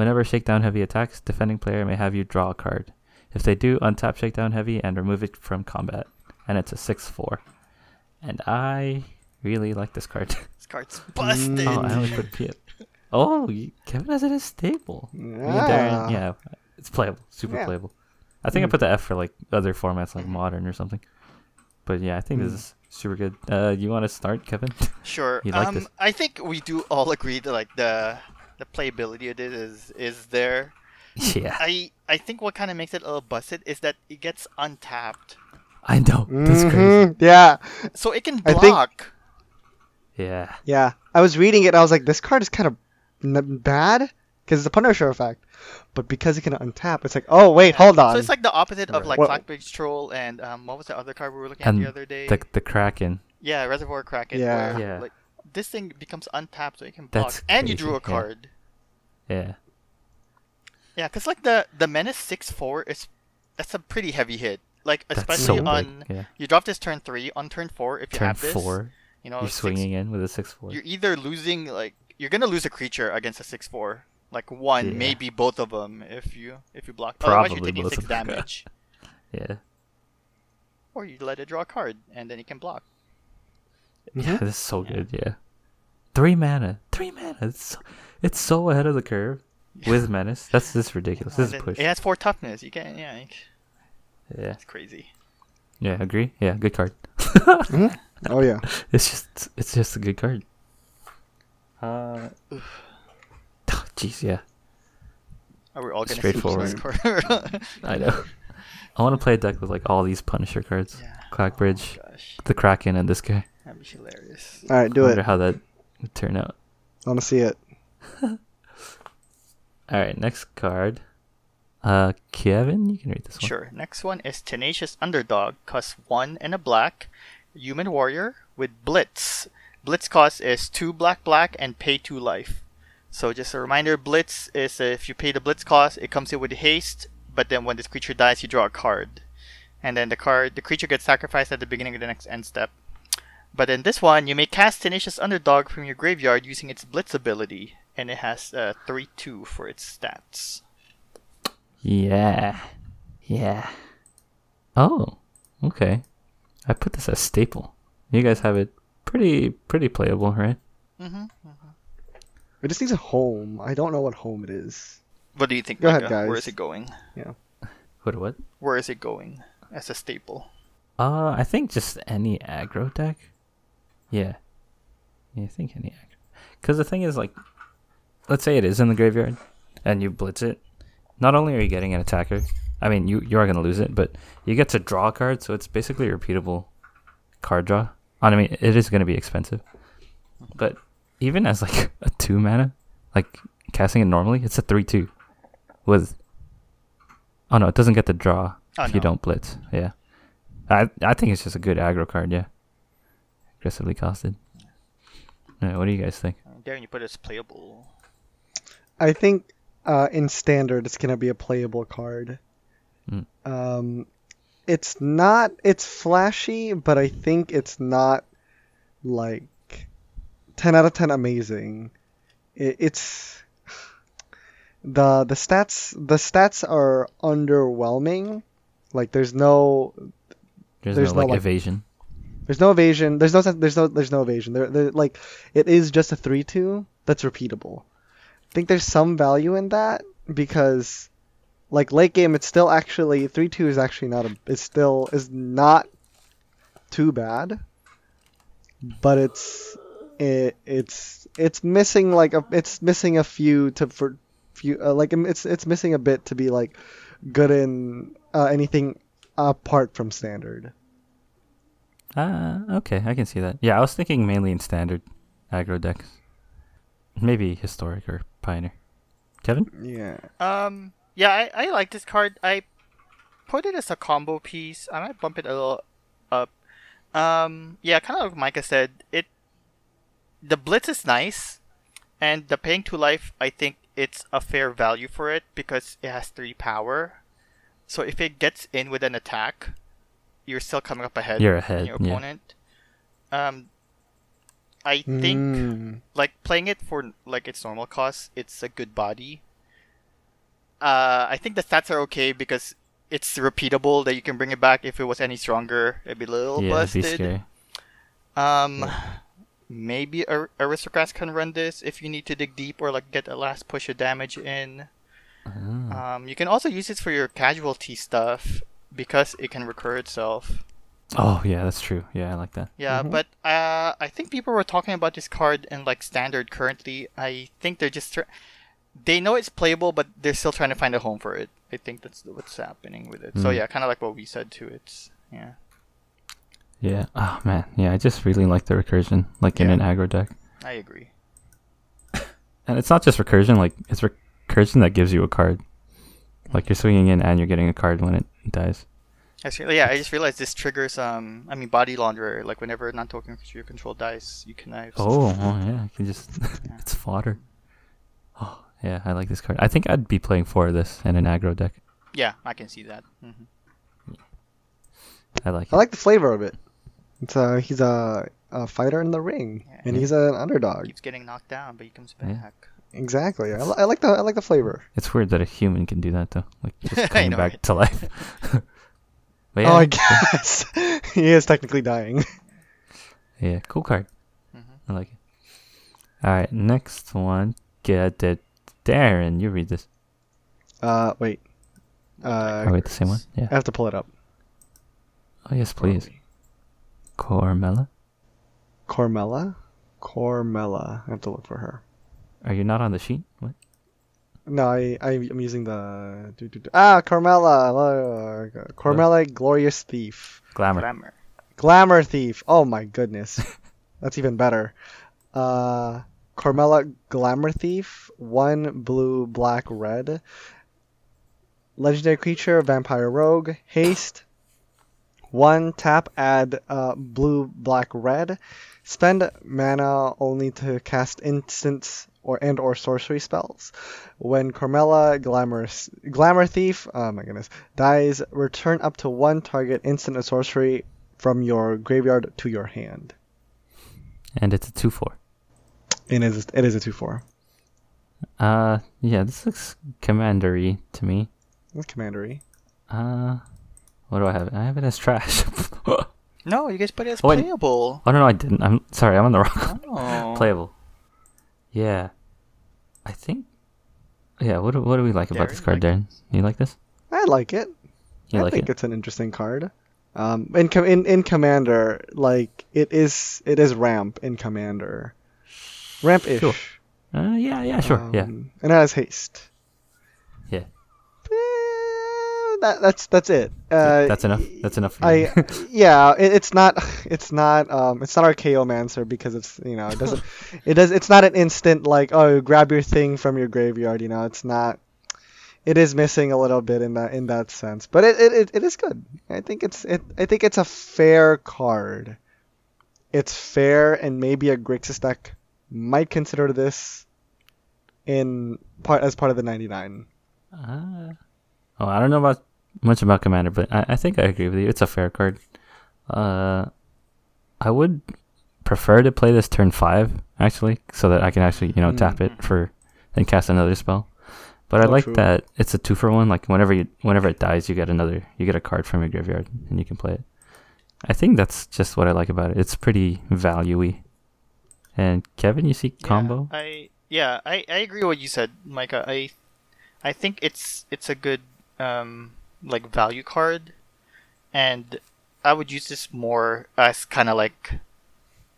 Speaker 1: whenever Shakedown Heavy attacks, defending player may have you draw a card. If they do, untap Shakedown Heavy and remove it from combat. And it's a 6 4. And I really like this card.
Speaker 3: This card's busted.
Speaker 1: oh, I only put P. Oh, y- Kevin has it as stable. Me and Darren-
Speaker 2: Yeah.
Speaker 1: yeah, it's playable. Super
Speaker 2: Yeah. Mm-hmm.
Speaker 1: playable. I think I put the F for like other formats like modern or something. But yeah, I think this
Speaker 2: Hmm.
Speaker 1: is super good. Uh, you want to start, Kevin?
Speaker 3: Sure.
Speaker 1: You like
Speaker 3: um,
Speaker 1: this.
Speaker 3: I think we do all agree that like the the playability of this is is there.
Speaker 1: yeah,
Speaker 3: I I think what kind of makes it a little busted is that it gets untapped,
Speaker 1: I know. That's crazy.
Speaker 2: Mhm, Yeah,
Speaker 3: so it can
Speaker 2: I think-
Speaker 3: block.
Speaker 1: Yeah,
Speaker 2: yeah. I was reading it. and I was like, this card is kind of n- bad because it's a Punisher effect, but because it can untap, it's like, oh wait, hold on.
Speaker 3: So it's like the opposite of
Speaker 1: Right.
Speaker 3: like
Speaker 2: Well-
Speaker 3: Blackbeard's Troll and um, what was the other card we were looking at
Speaker 1: and
Speaker 3: the other day?
Speaker 1: the the Kraken.
Speaker 3: Yeah, Reservoir Kraken.
Speaker 2: Yeah.
Speaker 3: where,
Speaker 1: Yeah.
Speaker 3: Like, this thing becomes untapped, so it can block,
Speaker 1: That's
Speaker 3: and you
Speaker 1: crazy,
Speaker 3: drew
Speaker 1: yeah.
Speaker 3: a card.
Speaker 1: Yeah,
Speaker 3: Yeah, because like the the Menace six four is that's a pretty heavy hit. Like
Speaker 1: that's
Speaker 3: especially
Speaker 1: so
Speaker 3: on
Speaker 1: big. Yeah,
Speaker 3: you drop this turn three on turn four if you
Speaker 1: turn
Speaker 3: have this.
Speaker 1: four.
Speaker 3: You know,
Speaker 1: you're
Speaker 3: six-
Speaker 1: swinging in with a six four.
Speaker 3: You're either losing like you're gonna lose a creature against a six four, like one
Speaker 1: Yeah.
Speaker 3: maybe both of them if you if you block. Otherwise you're
Speaker 1: Probably
Speaker 3: taking
Speaker 1: both
Speaker 3: six
Speaker 1: of 'em.
Speaker 3: damage,
Speaker 1: Yeah.
Speaker 3: or you let it draw a card and then it can block.
Speaker 1: Yeah,
Speaker 2: Mhm.
Speaker 1: this is so good. Yeah, three mana, three mana. It's so, it's so ahead of the curve with menace. That's this is ridiculous. This
Speaker 3: And
Speaker 1: is
Speaker 3: then
Speaker 1: push.
Speaker 3: It has four toughness. You can yeah, like,
Speaker 1: Yeah,
Speaker 3: it's crazy.
Speaker 1: yeah, agree. Yeah, good card. Mm-hmm.
Speaker 2: Mhm. Oh yeah.
Speaker 1: It's just it's just a good card. Uh, oh, jeez, yeah,
Speaker 3: Are we all gonna see this
Speaker 1: Straightforward.
Speaker 3: card?
Speaker 1: I know. I want to play a deck with like all these Punisher cards,
Speaker 3: Yeah.
Speaker 1: Clackbridge,
Speaker 3: Gosh,
Speaker 1: the Kraken, and this guy.
Speaker 3: that'd be hilarious.
Speaker 2: All right,
Speaker 1: I
Speaker 2: do
Speaker 1: wonder
Speaker 2: it.
Speaker 1: how that would turn out.
Speaker 2: I want to see it.
Speaker 1: All right, next card. Uh, Kevin, you can read this one.
Speaker 3: Sure. Next one is Tenacious Underdog, costs one and a black, human warrior with Blitz. Blitz cost is two black black and pay two life. So just a reminder, Blitz is uh, if you pay the Blitz cost, it comes in with haste, but then when this creature dies, you draw a card. And then the card the creature gets sacrificed at the beginning of the next end step. But in this one, you may cast Tenacious Underdog from your graveyard using its Blitz ability, and it has uh, 3 2 for its stats.
Speaker 1: Yeah. Yeah. Oh, okay. I put this as staple. You guys have it pretty pretty playable, right?
Speaker 3: Mm-hmm.
Speaker 2: It just needs a home. I don't know what home it is.
Speaker 3: What do you think?
Speaker 2: Go ahead,
Speaker 3: Micah? Where
Speaker 2: guys.
Speaker 3: is it going?
Speaker 1: What what?
Speaker 3: Where is it going as a staple?
Speaker 1: Uh I think just any aggro deck. Yeah. Yeah, I think any aggro. Cuz the thing is like let's say it is in the graveyard and you blitz it. Not only are you getting an attacker, I mean you you are going to lose it, but you get to draw a card, so it's basically a repeatable card draw. I mean it is going to be expensive. But even as like a 2 mana, like casting it normally, it's a 3/2 with Oh no, it doesn't get the draw
Speaker 3: Oh,
Speaker 1: if you
Speaker 3: no.
Speaker 1: don't blitz. Yeah. I I think it's just a good aggro card, yeah. Aggressively costed. Alright, what do you guys think?
Speaker 3: There Uh, you put it's playable.
Speaker 2: I think uh, in standard it's gonna be a playable card.
Speaker 1: Mm.
Speaker 2: Um, it's not. It's flashy, but I think it's not like ten out of ten amazing. It, it's the the stats the stats are underwhelming. Like there's no
Speaker 1: There's,
Speaker 2: There's
Speaker 1: no,
Speaker 2: no,
Speaker 1: like,
Speaker 2: like-
Speaker 1: evasion.
Speaker 2: There's no evasion. There's no sen- there's no there's no evasion. There, there like it is just a three two that's repeatable. I think there's some value in that because like late game it's still actually three two is actually not a it's still is not too bad. But it's it, it's it's missing like a it's missing a few to for few uh, like it's it's missing a bit to be like good in uh, anything apart from standard.
Speaker 1: Ah, okay, I can see that. Yeah, I was thinking mainly in standard aggro decks. Maybe historic or pioneer. Kevin?
Speaker 2: Yeah.
Speaker 3: Um, yeah, I, I like this card. I put it as a combo piece. I might bump it a little up. Um, yeah, kind of like Micah said, it the blitz is nice, and the paying to life. I think it's a fair value for it because it has three power. So if it gets in with an attack, you're still coming up ahead.
Speaker 1: You're
Speaker 3: than
Speaker 1: ahead,
Speaker 3: Your
Speaker 1: yeah.
Speaker 3: opponent. Um, I think
Speaker 2: Mm.
Speaker 3: like playing it for like its normal cost, it's a good body. Uh, I think the stats are okay because it's repeatable that you can bring it back. If it was any stronger, it'd be a little
Speaker 1: yeah, it'd be
Speaker 3: busted.
Speaker 1: scary.
Speaker 3: Um, maybe ar- aristocrats can run this if you need to dig deep or like get a last push of damage in.
Speaker 1: Ah.
Speaker 3: Um, you can also use this for your casualty stuff because it can recur itself.
Speaker 1: Oh yeah, that's true. Yeah, I like that.
Speaker 3: Yeah, but uh, I think people were talking about this card in like standard currently. I think they're just tr- they know it's playable, but they're still trying to find a home for it. I think that's what's happening with it. So
Speaker 1: Mm.
Speaker 3: yeah, kind of like what we said too. It's yeah,
Speaker 1: Yeah. Oh man. Yeah, I just really like the recursion, like in
Speaker 3: Yeah.
Speaker 1: an aggro deck.
Speaker 3: I agree.
Speaker 1: And it's not just recursion; like it's recursion that gives you a card. Like you're swinging in and you're getting a card when it dies.
Speaker 3: Actually, yeah, I just realized this triggers um, I mean, body launderer. Like whenever non token creature control dies, you can uh,
Speaker 1: Oh, oh yeah, you can just it's fodder. Oh yeah, I like this card. I think I'd be playing for this in an aggro deck.
Speaker 3: yeah, I can see that. hmm
Speaker 1: I like
Speaker 2: I
Speaker 1: it.
Speaker 2: like the flavor of it. It's uh he's a, a fighter in the ring,
Speaker 3: Yeah.
Speaker 2: and he's an underdog.
Speaker 3: Keeps getting knocked down, but he comes
Speaker 1: Yeah.
Speaker 3: back.
Speaker 2: Exactly. I, li- I like the I like the flavor.
Speaker 1: It's weird that a human can do that though. Like
Speaker 3: I
Speaker 1: just coming
Speaker 3: know,
Speaker 1: back
Speaker 3: right?
Speaker 1: to life. but yeah,
Speaker 2: Oh, I guess he is technically dying.
Speaker 1: yeah, cool card.
Speaker 3: Mhm.
Speaker 1: I like it. All right, next one. Get it, Darren. You read this.
Speaker 2: Uh, wait. Uh,
Speaker 1: Oh wait, the same one. Yeah.
Speaker 2: I have to pull it up.
Speaker 1: Oh yes, please. Cormella,
Speaker 2: Cormella. Cormella. I have to look for her.
Speaker 1: are you not on the sheet? What?
Speaker 2: No, I I'm using the do, do, do. ah Carmella, uh, Carmella, glorious thief,
Speaker 1: Glamour.
Speaker 3: Glamour.
Speaker 2: glamour thief. Oh my goodness, that's even better. Uh, Carmella, glamour thief, one blue, black, red. Legendary creature, vampire rogue, haste. One tap, add uh, blue, black, red. Spend mana only to cast instants or and or sorcery spells. When Carmella Glamorous Glamour Thief, oh my goodness, dies, return up to one target instant or sorcery from your graveyard to your hand.
Speaker 1: And it's a two four.
Speaker 2: It is it is a two four.
Speaker 1: Uh, yeah, this looks commandery to me.
Speaker 2: Commandery.
Speaker 1: Uh, what do I have? I have it as trash. oh
Speaker 3: No, you guys put it as
Speaker 1: Oh, and-
Speaker 3: playable.
Speaker 1: no, no, I didn't. I'm sorry, I'm on the wrong
Speaker 3: Oh.
Speaker 1: playable. Yeah, I think. Yeah, what do, what do we like about this
Speaker 3: Darren,
Speaker 1: card,
Speaker 3: like-
Speaker 1: Darren? You like this?
Speaker 2: I like it.
Speaker 1: You
Speaker 2: I
Speaker 1: like
Speaker 2: think
Speaker 1: it?
Speaker 2: it's an interesting card. Um, in, com- in in commander, like it is it is ramp in commander, ramp ish.
Speaker 1: Sure. Uh, yeah, yeah, sure, yeah,
Speaker 2: Um, And it has haste.
Speaker 1: yeah.
Speaker 2: Eh, That that's that's it. Uh,
Speaker 1: That's enough. That's enough. For me.
Speaker 2: I yeah, it, it's not it's not um it's not our KO because it's you know it doesn't it does it's not an instant like oh grab your thing from your graveyard you know it's not it is missing a little bit in that in that sense but it it, it, it is good I think it's it I think it's a fair card it's fair and maybe a Grixis deck might consider this in part as part of the 99
Speaker 1: Uh, oh, I don't know about much about Commander, but I, I think I agree with you. It's a fair card. Uh, I would prefer to play this turn five actually, so that I can actually you know tap it for and cast another spell. But I
Speaker 2: Oh,
Speaker 1: like
Speaker 2: true.
Speaker 1: that it's a two for one. Like whenever you whenever it dies, you get another you get a card from your graveyard and you can play it. I think that's just what I like about it. It's pretty valuey. And Kevin, you see combo?
Speaker 3: Yeah, I yeah, I, I agree with what you said, Micah. I I think it's it's a good um like value card, and I would use this more as kind of like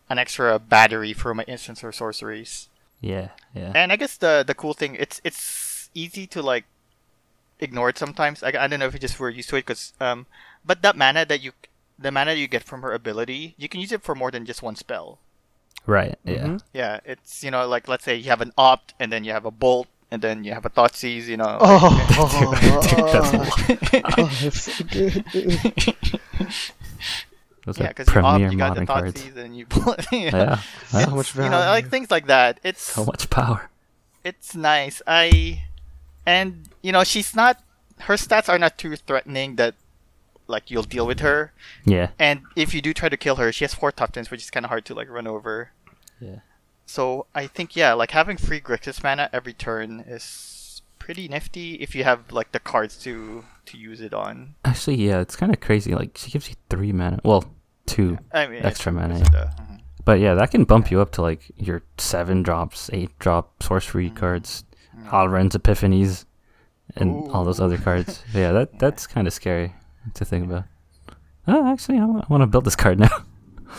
Speaker 3: an extra battery for my instants or sorceries.
Speaker 1: Yeah, yeah.
Speaker 3: And I guess the the cool thing it's it's easy to like ignore it sometimes. I, I don't know if you just were used to it, cause um, but that mana that you the mana you get from her ability, you can use it for more than just one spell.
Speaker 1: Right. Yeah.
Speaker 2: Mhm.
Speaker 3: Yeah, it's you know like let's say you have an opt and then you have a bolt and then you have a thoughtseize, you know.
Speaker 2: oh,
Speaker 1: that's a lot.
Speaker 2: oh, that's so good.
Speaker 1: Those
Speaker 3: yeah,
Speaker 1: are
Speaker 3: because you opt,
Speaker 1: premier
Speaker 3: you got
Speaker 1: modern
Speaker 3: the
Speaker 1: cards.
Speaker 3: thoughtseize and you pull.
Speaker 1: Yeah.
Speaker 2: So
Speaker 1: yeah.
Speaker 2: much
Speaker 3: You
Speaker 2: value.
Speaker 3: know, like things like that. It's
Speaker 1: So much power.
Speaker 3: it's nice. I and you know she's not her stats are not too threatening that like you'll deal with her.
Speaker 1: Yeah.
Speaker 3: And if you do try to kill her, she has four toughness, which is kind of hard to like run over.
Speaker 1: Yeah.
Speaker 3: So I think yeah, like having free Grixis mana every turn is pretty nifty if you have like the cards to to use it on.
Speaker 1: Actually, yeah, it's kind of crazy. Like she gives you three mana. Well, two.
Speaker 3: I mean,
Speaker 1: Extra
Speaker 3: it's-
Speaker 1: mana,
Speaker 3: it's the- mhm.
Speaker 1: But yeah, that can bump you up to like your seven drops, eight drop sorcery
Speaker 2: Mm.
Speaker 1: cards, Alren's Epiphanies, and all those
Speaker 3: Ooh.
Speaker 1: other cards. yeah, that that's kind of scary to think about. Oh, actually, I want to build this card now.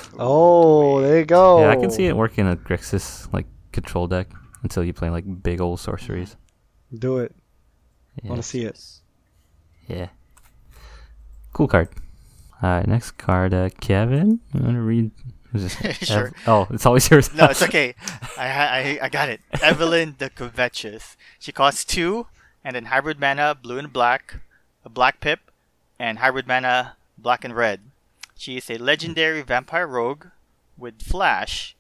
Speaker 2: Oh, there you go.
Speaker 1: Yeah, I can see it working a Grixis like control deck until you play like big old sorceries.
Speaker 2: Do it.
Speaker 1: Yeah.
Speaker 2: Want to see it?
Speaker 1: Yeah. Cool card. Alright, next card, uh, Kevin. You want to read? Who's this? Ev-
Speaker 3: Sure.
Speaker 1: oh, it's always yours.
Speaker 3: No, it's okay. I, ha- I I got it. Evelyn the Covetous. She costs two, and then hybrid mana, blue and black, a black pip, and hybrid mana, black and red. She is a legendary vampire rogue with flash.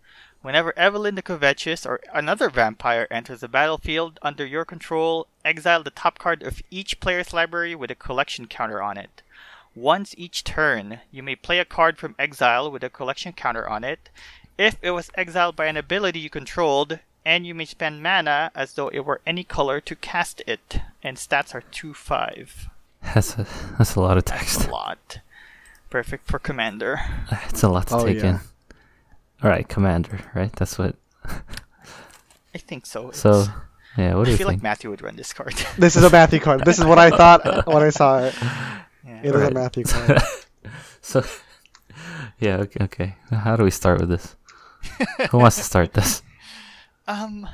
Speaker 3: Whenever Evelyn the Covetous or another vampire enters the battlefield under your control, exile the top card of each player's library with a collection counter on it. Once each turn, you may play a card from exile with a collection counter on it if it was exiled by an ability you controlled, and you may spend mana as though it were any color to cast it, and stats are 2 5.
Speaker 1: That's a, that's a lot of
Speaker 3: That's
Speaker 1: text.
Speaker 3: a lot. Perfect for commander.
Speaker 1: It's a lot to
Speaker 2: Oh,
Speaker 1: take
Speaker 2: yeah.
Speaker 1: in. Alright, Commander, right? That's what.
Speaker 3: I think so.
Speaker 1: So,
Speaker 3: It's-
Speaker 1: yeah, what do
Speaker 3: I
Speaker 1: you
Speaker 3: feel
Speaker 1: think?
Speaker 3: like Matthew would run this card.
Speaker 2: This is a Matthew card. This is what I thought when I saw it.
Speaker 3: yeah.
Speaker 2: It is
Speaker 1: Right.
Speaker 2: a Matthew card.
Speaker 1: so, yeah, okay, okay. How do we start with this? Who wants to start this?
Speaker 3: Um,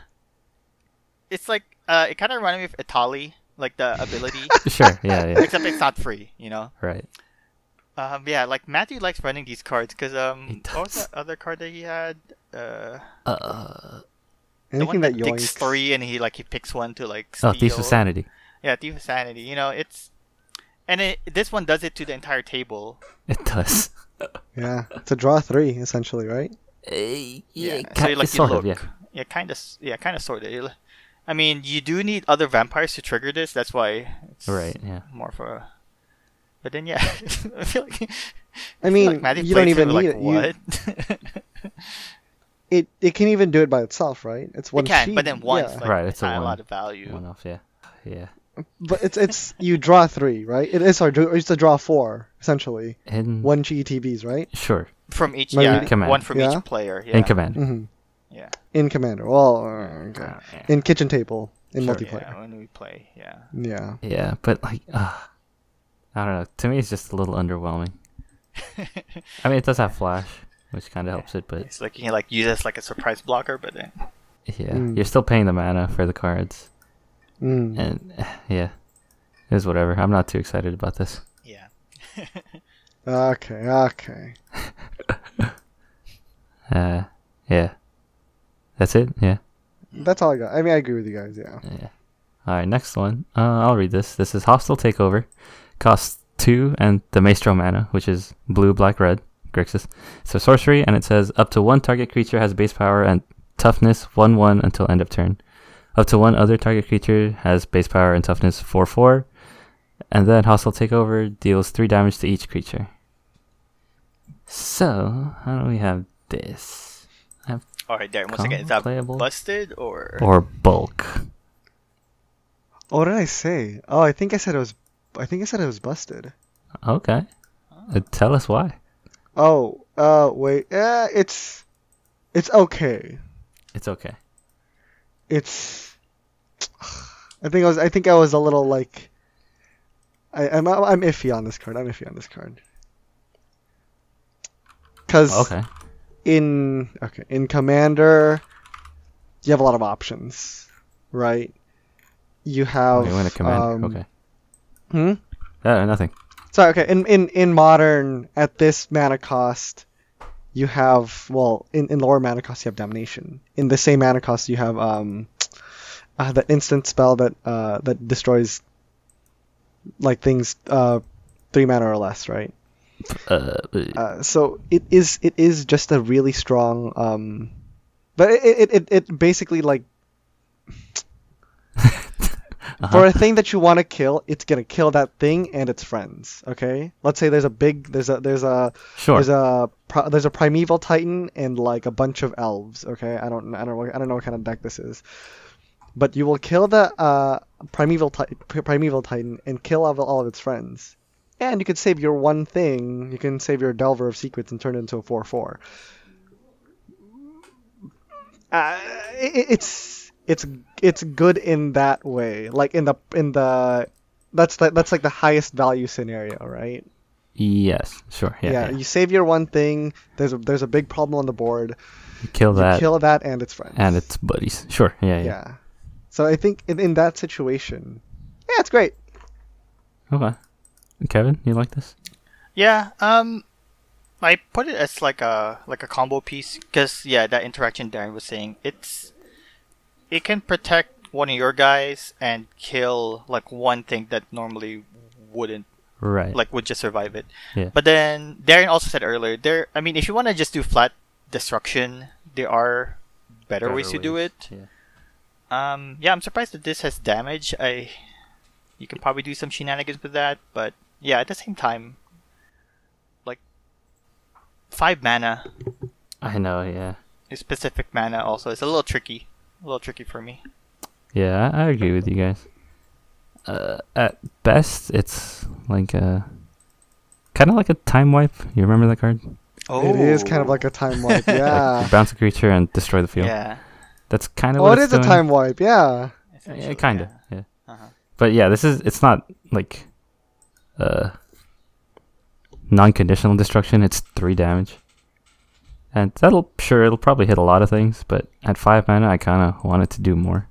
Speaker 3: it's like uh, it kind of reminded me of Itali, like the ability,
Speaker 1: Sure, yeah, yeah.
Speaker 3: except it's not free. You know.
Speaker 1: Right.
Speaker 3: Um, yeah, like Matthew likes running these cards because um,
Speaker 1: He
Speaker 3: what was
Speaker 1: does.
Speaker 3: that other card that he had? Uh.
Speaker 1: Uh,
Speaker 3: the one
Speaker 2: Anything
Speaker 3: that,
Speaker 2: that
Speaker 3: takes
Speaker 2: yoinks.
Speaker 3: three and he like he picks one to like steal.
Speaker 1: oh, Thief of Sanity.
Speaker 3: Yeah, thief of sanity. You know, it's and it, this one does it to the entire table.
Speaker 1: It does.
Speaker 2: Yeah, to draw three essentially, right?
Speaker 3: so you, like you
Speaker 1: sort
Speaker 3: look.
Speaker 1: of, yeah.
Speaker 3: yeah, kind of. Yeah, kind of sort of. I mean, you do need other vampires to trigger this. That's why. It's
Speaker 1: Right, yeah.
Speaker 3: More for. a- But then yeah, I feel like.
Speaker 2: I
Speaker 3: feel
Speaker 2: mean,
Speaker 3: like Matthew
Speaker 2: you don't
Speaker 3: played
Speaker 2: even
Speaker 3: through,
Speaker 2: need it. You-
Speaker 3: like, What?
Speaker 2: It it can even do it by itself, right? It's one
Speaker 3: it can,
Speaker 2: sheet.
Speaker 3: but then once,
Speaker 2: yeah.
Speaker 3: like,
Speaker 1: Right,
Speaker 3: it's
Speaker 1: it's a
Speaker 3: not a
Speaker 1: one-
Speaker 3: lot of value.
Speaker 1: One off, yeah. Yeah.
Speaker 2: But it's it's you draw three, right? It is sorry, dr- it's to draw four essentially.
Speaker 1: And
Speaker 2: One GTBs, right?
Speaker 1: sure.
Speaker 3: from each,
Speaker 2: Maybe-
Speaker 3: yeah,
Speaker 1: Command.
Speaker 3: one from
Speaker 2: Yeah.
Speaker 3: each player. Yeah,
Speaker 1: And Commander.
Speaker 2: hmm
Speaker 3: yeah.
Speaker 2: In commander. Well, uh, okay. in kitchen table in
Speaker 1: Sure,
Speaker 2: multiplayer.
Speaker 3: Yeah, when we play, yeah.
Speaker 2: Yeah.
Speaker 1: Yeah, but like, uh, I don't know. To me, it's just a little underwhelming. I mean, it does have flash, which kind of helps it, but
Speaker 3: It's like you can like use this like a surprise blocker, but then
Speaker 1: yeah,
Speaker 2: Mm.
Speaker 1: you're still paying the mana for the cards,
Speaker 2: Mm.
Speaker 1: and eh, yeah, it is whatever. I'm not too excited about this.
Speaker 3: yeah.
Speaker 2: Okay. Okay.
Speaker 1: Uh, yeah, that's it. Yeah,
Speaker 2: That's all I got. I mean, I agree with you guys. Yeah.
Speaker 1: yeah. All right, next one. Uh, I'll read this. This is Hostile Takeover. Costs two and the Maestro mana, which is blue, black, red. Grixis. So sorcery, and it says up to one target creature has base power and toughness one one until end of turn. Up to one other target creature has base power and toughness four four, and then hostile takeover deals three damage to each creature. So how do we have this?
Speaker 3: All right, Darren. Once again, is that
Speaker 1: Playable.
Speaker 3: busted or?
Speaker 1: Or bulk?
Speaker 2: Oh, what did I say? Oh, I think I said it was. I think I said it was busted.
Speaker 1: Okay, Uh, tell us why.
Speaker 2: Oh. Uh. Wait. Uh. It's. It's okay.
Speaker 1: It's okay.
Speaker 2: It's. I think I was. I think I was a little like. I, I'm. I'm iffy on this card. I'm iffy on this card. Cause.
Speaker 1: Okay.
Speaker 2: in okay in commander you have a lot of options right you have
Speaker 1: Okay, we went to commander.
Speaker 2: um,
Speaker 1: okay.
Speaker 2: hmm?
Speaker 1: Uh, nothing.
Speaker 2: sorry okay in, in in modern at this mana cost you have well in, in lower mana cost you have damnation in the same mana cost you have um uh, that instant spell that uh that destroys like things uh three mana or less right
Speaker 1: Uh,
Speaker 2: uh, so it is it is just a really strong um but it it, it, it basically like for a thing that you want to kill it's gonna kill that thing and its friends okay let's say there's a big there's a there's a
Speaker 1: sure.
Speaker 2: there's a pro- there's a primeval titan and like a bunch of elves. Okay, I don't I don't know, I don't know what kind of deck this is, but you will kill the uh, primeval ti- pri- primeval titan and kill all of, all of its friends, and you can save your one thing. You can save your delver of secrets and turn it into a four four. Uh, it, it's it's it's good in that way, like in the in the that's the, that's like the highest value scenario, right?
Speaker 1: Yes, sure. Yeah, yeah.
Speaker 2: you save your one thing. There's a, there's a big problem on the board.
Speaker 1: You kill
Speaker 2: You
Speaker 1: that
Speaker 2: kill that and its friends.
Speaker 1: and its buddies. Sure. Yeah, yeah.
Speaker 2: yeah. So I think in, in that situation, yeah, it's great.
Speaker 1: Okay. Kevin, you like this?
Speaker 3: Yeah, um, I put it as like a like a combo piece because yeah, that interaction Darren was saying it's it can protect one of your guys and kill like one thing that normally wouldn't
Speaker 1: Right.
Speaker 3: like would just survive it.
Speaker 1: Yeah.
Speaker 3: But then Darren also said earlier there. I mean, if you want to just do flat destruction, there are better, ways to do it.
Speaker 1: Yeah.
Speaker 3: Um, yeah, I'm surprised that this has damage. I, you can probably do some shenanigans with that, but yeah, at the same time, like five mana,
Speaker 1: I know. Yeah.
Speaker 3: specific mana also is a little tricky, a little tricky for me.
Speaker 1: Yeah, I I agree with you guys. Uh, at best, it's like a kind of like a time wipe. You remember that card?
Speaker 3: Oh,
Speaker 2: It is kind of like a time wipe.
Speaker 1: Like,
Speaker 2: Yeah.
Speaker 1: bounce a creature and destroy the field.
Speaker 3: Oh. yeah,
Speaker 1: That's kind of
Speaker 2: oh,
Speaker 1: what
Speaker 2: it is
Speaker 1: it's
Speaker 2: a
Speaker 1: doing.
Speaker 2: time wipe. Yeah.
Speaker 1: Yeah, kind of. Yeah.
Speaker 3: Uh-huh.
Speaker 1: But yeah, this is it's not like uh non-conditional destruction. It's three damage, and that'll sure it'll probably hit a lot of things. But at five mana, I kind of want it to do more.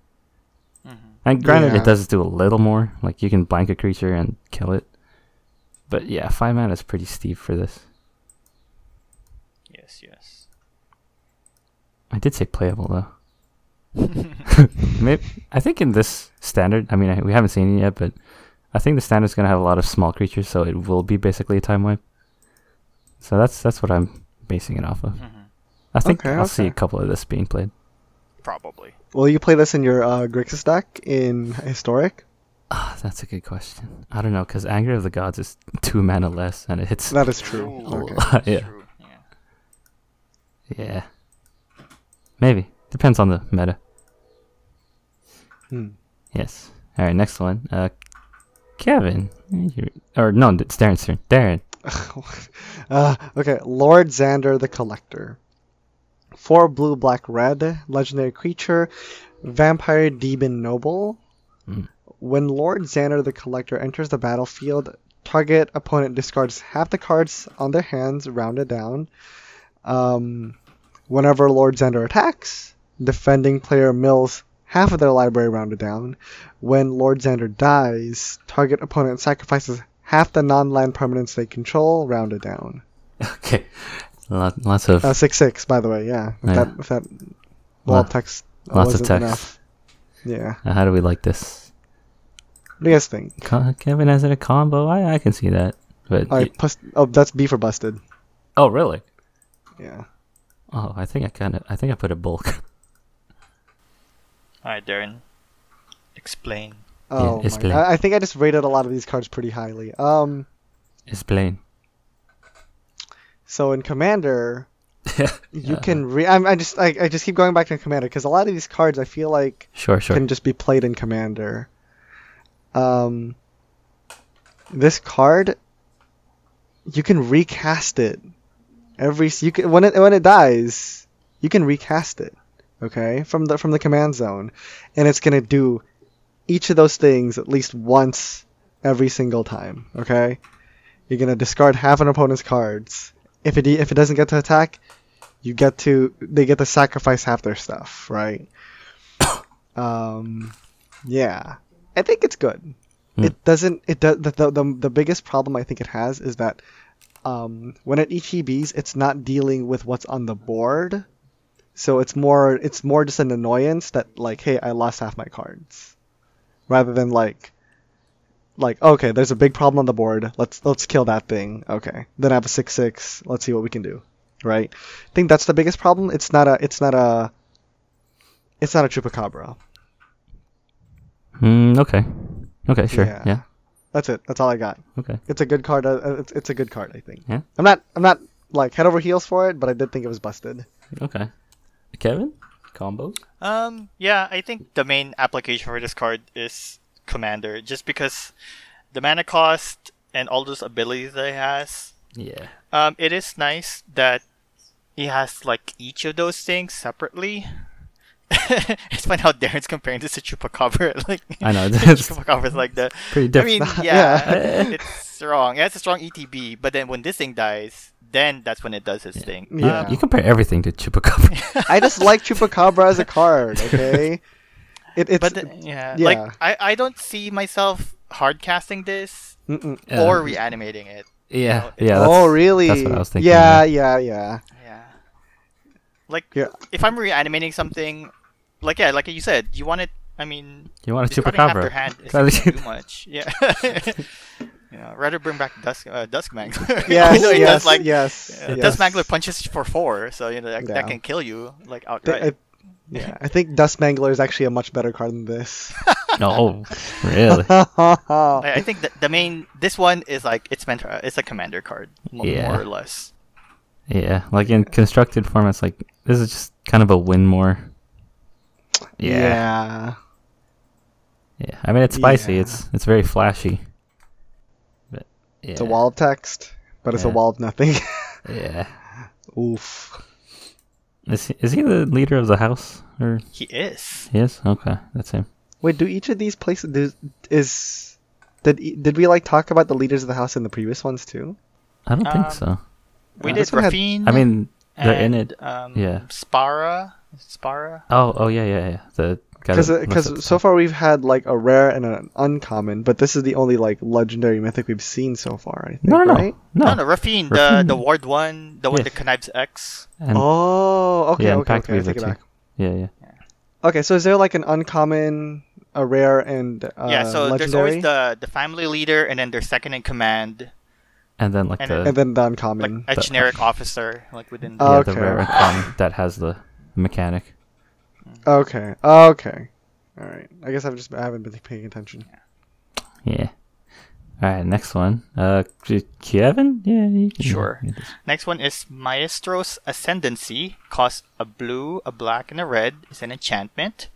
Speaker 3: Mhm.
Speaker 1: And granted,
Speaker 2: Yeah.
Speaker 1: it does do a little more. Like you can blank a creature and kill it. But yeah, five mana is pretty steep for this.
Speaker 3: Yes, yes.
Speaker 1: I did say playable though. Maybe, I think in this standard, I mean, I, we haven't seen it yet, but I think the standard's going to have a lot of small creatures, so it will be basically a time wipe. So that's that's what I'm basing it off of.
Speaker 3: Mhm.
Speaker 1: I think
Speaker 2: Okay,
Speaker 1: I'll see
Speaker 2: okay.
Speaker 1: a couple of this being played.
Speaker 3: Probably.
Speaker 2: Will you play this in your uh, Grixis deck in Historic?
Speaker 1: Ah, that's a good question. I don't know because Anger of the Gods is two mana less, and it hits.
Speaker 2: That is true.
Speaker 3: Ooh.
Speaker 2: Okay.
Speaker 3: That's
Speaker 1: yeah,
Speaker 3: true, yeah.
Speaker 1: yeah. Maybe depends on the meta.
Speaker 2: Hmm.
Speaker 1: Yes. All right, next one. Uh, Kevin, you- or no, it's Darren's turn. Darren.
Speaker 2: Uh, okay, Lord Xander the Collector. Four blue, black, red, legendary creature, vampire demon noble.
Speaker 1: Mm.
Speaker 2: When Lord Xander the Collector enters the battlefield, target opponent discards half the cards on their hands, rounded down. Um, whenever Lord Xander attacks, defending player mills half of their library, rounded down. When Lord Xander dies, target opponent sacrifices half the non-land permanents they control, rounded down.
Speaker 1: Okay. Lot, lots of
Speaker 2: Uh, six six, by the way. Yeah, if
Speaker 1: Yeah.
Speaker 2: that if that
Speaker 1: Lo-
Speaker 2: wall text
Speaker 1: lots of
Speaker 2: wasn't
Speaker 1: text.
Speaker 2: enough. Yeah.
Speaker 1: uh, how do we like this?
Speaker 2: What do you guys think?
Speaker 1: Co- Kevin has it a combo. I, I can see that. But
Speaker 2: All right, pus- oh, that's B for busted.
Speaker 1: oh really?
Speaker 2: Yeah.
Speaker 1: Oh, I think I kind of I think I put a bulk.
Speaker 3: All right, Darren, explain.
Speaker 2: Oh,
Speaker 1: it's
Speaker 2: my-
Speaker 1: plain.
Speaker 2: I-, I think I just rated a lot of these cards pretty highly. Um,
Speaker 1: It's plain.
Speaker 2: so in Commander, you
Speaker 1: Yeah.
Speaker 2: can re. I'm, I just I, I just keep going back to Commander because a lot of these cards I feel like
Speaker 1: Sure, sure.
Speaker 2: can just be played in Commander. Um, this card, you can recast it every s- you can when it when it dies, you can recast it. Okay, from the from the command zone, and it's gonna do each of those things at least once every single time. Okay, you're gonna discard half an opponent's cards. If it if it doesn't get to attack, you get to they get to sacrifice half their stuff, right? Um, yeah, I think it's good.
Speaker 1: Hmm.
Speaker 2: It doesn't. It does. The, the, the the biggest problem I think it has is that um, when it ETBs, it's not dealing with what's on the board, so it's more it's more just an annoyance that like, hey, I lost half my cards, rather than like. Like okay, there's a big problem on the board. Let's let's kill that thing. Okay, then I have a six six. Let's see what we can do, right? I think that's the biggest problem. It's not a it's not a it's not a chupacabra.
Speaker 1: Mm, okay. Okay, sure. Yeah.
Speaker 2: Yeah. That's it. That's all I got.
Speaker 1: Okay.
Speaker 2: It's a good card. uh, uh, It's, it's a good card, I think.
Speaker 1: Yeah.
Speaker 2: I'm not. I'm not like head over heels for it, but I did think it was busted.
Speaker 1: Okay. Kevin, combos.
Speaker 3: Um, yeah, I think the main application for this card is Commander, just because the mana cost and all those abilities that it has.
Speaker 1: Yeah.
Speaker 3: Um, it is nice that it has like each of those things separately, it's funny how Darren's comparing this to Chupacabra. Like
Speaker 1: I know, it's-
Speaker 3: Chupacabra's like the.
Speaker 1: Pretty
Speaker 3: I
Speaker 1: different.
Speaker 3: mean,
Speaker 2: Different.
Speaker 3: yeah,
Speaker 1: Yeah.
Speaker 3: it's strong. It has a strong ETB, but then when this thing dies, then that's when it does its thing.
Speaker 1: You-
Speaker 2: Yeah.
Speaker 1: you, compare everything to Chupacabra.
Speaker 2: I just like Chupacabra as a card, okay? It, it's
Speaker 3: but then- yeah,
Speaker 2: yeah.
Speaker 3: like I, I don't see myself hard casting this
Speaker 2: Mm-mm.
Speaker 1: Yeah.
Speaker 3: or reanimating it.
Speaker 1: yeah,
Speaker 3: No,
Speaker 1: yeah.
Speaker 2: oh
Speaker 1: that's-
Speaker 2: really?
Speaker 1: That's what I was thinking.
Speaker 2: Yeah, yeah, yeah.
Speaker 3: Yeah. Like
Speaker 2: Yeah.
Speaker 3: if I'm reanimating something, like yeah, like you said, you want it. I mean,
Speaker 1: You want a
Speaker 3: discarding half their
Speaker 1: Chupacabra.
Speaker 3: hand is
Speaker 1: Try
Speaker 3: not
Speaker 1: to-
Speaker 3: too much. Yeah. you know, rather bring back Dusk uh, Dusk Mangler.
Speaker 2: Yes,
Speaker 3: You know, it
Speaker 2: yes,
Speaker 3: does, like,
Speaker 2: yes,
Speaker 3: uh,
Speaker 2: yes.
Speaker 3: Dusk Mangler punches for four, so you know that,
Speaker 2: Yeah.
Speaker 3: that can kill you like
Speaker 2: Th-
Speaker 3: outright.
Speaker 2: I- yeah, I think Dust Mangler is actually a much better card than this.
Speaker 1: No, really.
Speaker 3: I, I think that the main this one is like it's meant uh, it's a commander card mo-
Speaker 1: Yeah.
Speaker 3: more or less.
Speaker 1: Yeah, like in constructed formats, like this is just kind of a win more. Yeah,
Speaker 2: yeah.
Speaker 1: yeah. I mean, it's spicy.
Speaker 2: Yeah.
Speaker 1: It's it's very flashy. But yeah,
Speaker 2: It's a wall of text, but it's a
Speaker 1: Yeah.
Speaker 2: wall of nothing.
Speaker 1: Yeah.
Speaker 2: Oof.
Speaker 1: Is he, is he the leader of the house or
Speaker 3: He is.
Speaker 1: he is? Okay, that's him.
Speaker 2: Wait, do each of these places do, is did e- did we like talk about the leaders of the house in the previous ones too?
Speaker 1: I don't
Speaker 3: Um,
Speaker 1: think so.
Speaker 3: We
Speaker 2: Uh,
Speaker 3: did
Speaker 2: this one had-
Speaker 3: Rafine.
Speaker 1: I mean, they're in
Speaker 3: and,
Speaker 1: it.
Speaker 3: Um,
Speaker 1: yeah.
Speaker 3: Spara. Spara.
Speaker 1: Oh, oh yeah, yeah, yeah. The guy that looks at the
Speaker 2: Because uh, so
Speaker 1: top.
Speaker 2: far we've had like a rare and an uncommon, but this is the only like legendary mythic we've seen so far. I think,
Speaker 1: no, no,
Speaker 2: right?
Speaker 1: no,
Speaker 3: No,
Speaker 1: no,
Speaker 3: no, Rafine, the,
Speaker 1: Oh. Rafine.
Speaker 3: the Ward 1, the one
Speaker 1: Yeah.
Speaker 3: that connives X.
Speaker 1: And,
Speaker 2: Oh, okay,
Speaker 1: yeah, and
Speaker 2: okay,
Speaker 1: Pact
Speaker 2: okay. I
Speaker 1: Weaver
Speaker 2: take it
Speaker 1: too.
Speaker 2: back.
Speaker 1: Yeah, yeah.
Speaker 2: Okay, so is there like an uncommon, a rare, and uh,
Speaker 3: yeah, so there's
Speaker 2: legendary,
Speaker 3: always the, the family leader and then their second in command,
Speaker 1: And then like
Speaker 3: And
Speaker 1: the
Speaker 3: then-
Speaker 2: and then the
Speaker 3: like
Speaker 2: uncommon.
Speaker 3: a generic officer, like within the.
Speaker 1: yeah,
Speaker 2: Oh.
Speaker 1: the
Speaker 2: okay.
Speaker 1: rare and common that has the mechanic.
Speaker 2: okay, okay, all right. I guess I've just I haven't been paying attention.
Speaker 1: Yeah. All right, next one. Uh, K- Kevin. Yeah, you can
Speaker 3: Sure.
Speaker 1: read this.
Speaker 3: Next one is Maestro's Ascendancy. Costs a blue, a black, and a red. It's an enchantment.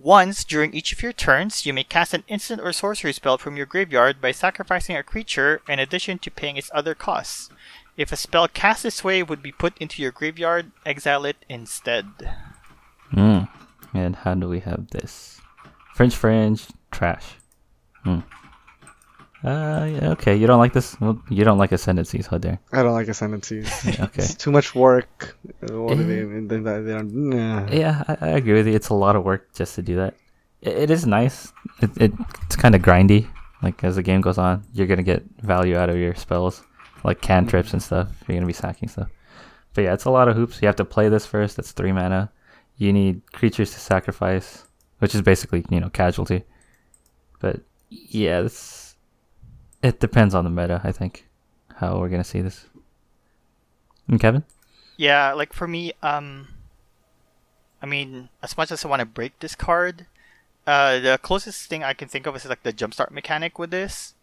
Speaker 3: Once during each of your turns, you may cast an instant or sorcery spell from your graveyard by sacrificing a creature in addition to paying its other costs. If a spell cast this way would be put into your graveyard, exile it instead.
Speaker 1: Mm. And how do we have this? French Fringe trash. Mm. Uh, yeah, okay. You don't like this? Well, you don't like ascendancy, so there.
Speaker 2: I don't like ascendancies.
Speaker 1: Yeah, okay.
Speaker 2: It's too much work. Uh, What do
Speaker 1: Eh.
Speaker 2: they, they, they, they don't, nah.
Speaker 1: yeah, I, I agree with you. It's a lot of work just to do that. It, it is nice. It, it it's kind of grindy. Like as the game goes on, you're gonna get value out of your spells, like cantrips and stuff. You're gonna be sacking stuff. But yeah, it's a lot of hoops. You have to play this first. That's three mana. You need creatures to sacrifice, which is basically you know casualty. But yeah, it's it depends on the meta. I think how we're gonna see this. And Kevin,
Speaker 3: Yeah, like for me, um, I mean, as much as I want to break this card, uh, the closest thing I can think of is like the jumpstart mechanic with this.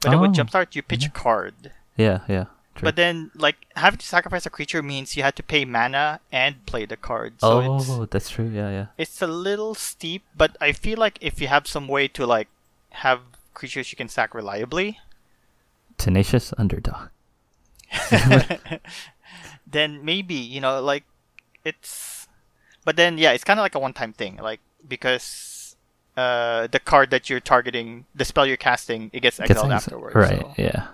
Speaker 3: But then with
Speaker 1: Oh.
Speaker 3: jumpstart, you pitch a card.
Speaker 1: yeah, yeah. True.
Speaker 3: But then, like, having to sacrifice a creature means you had to pay mana and play the card. So it's
Speaker 1: oh, that's true. Yeah, yeah.
Speaker 3: it's a little steep, but I feel like if you have some way to like have creatures you can sack reliably,
Speaker 1: tenacious underdog.
Speaker 3: then maybe you know like it's but then yeah it's kind of like a one-time thing like because uh the card that you're targeting the spell you're casting it gets
Speaker 1: Gets
Speaker 3: exiled
Speaker 1: ex-
Speaker 3: afterwards
Speaker 1: Right.
Speaker 3: so
Speaker 1: Yeah.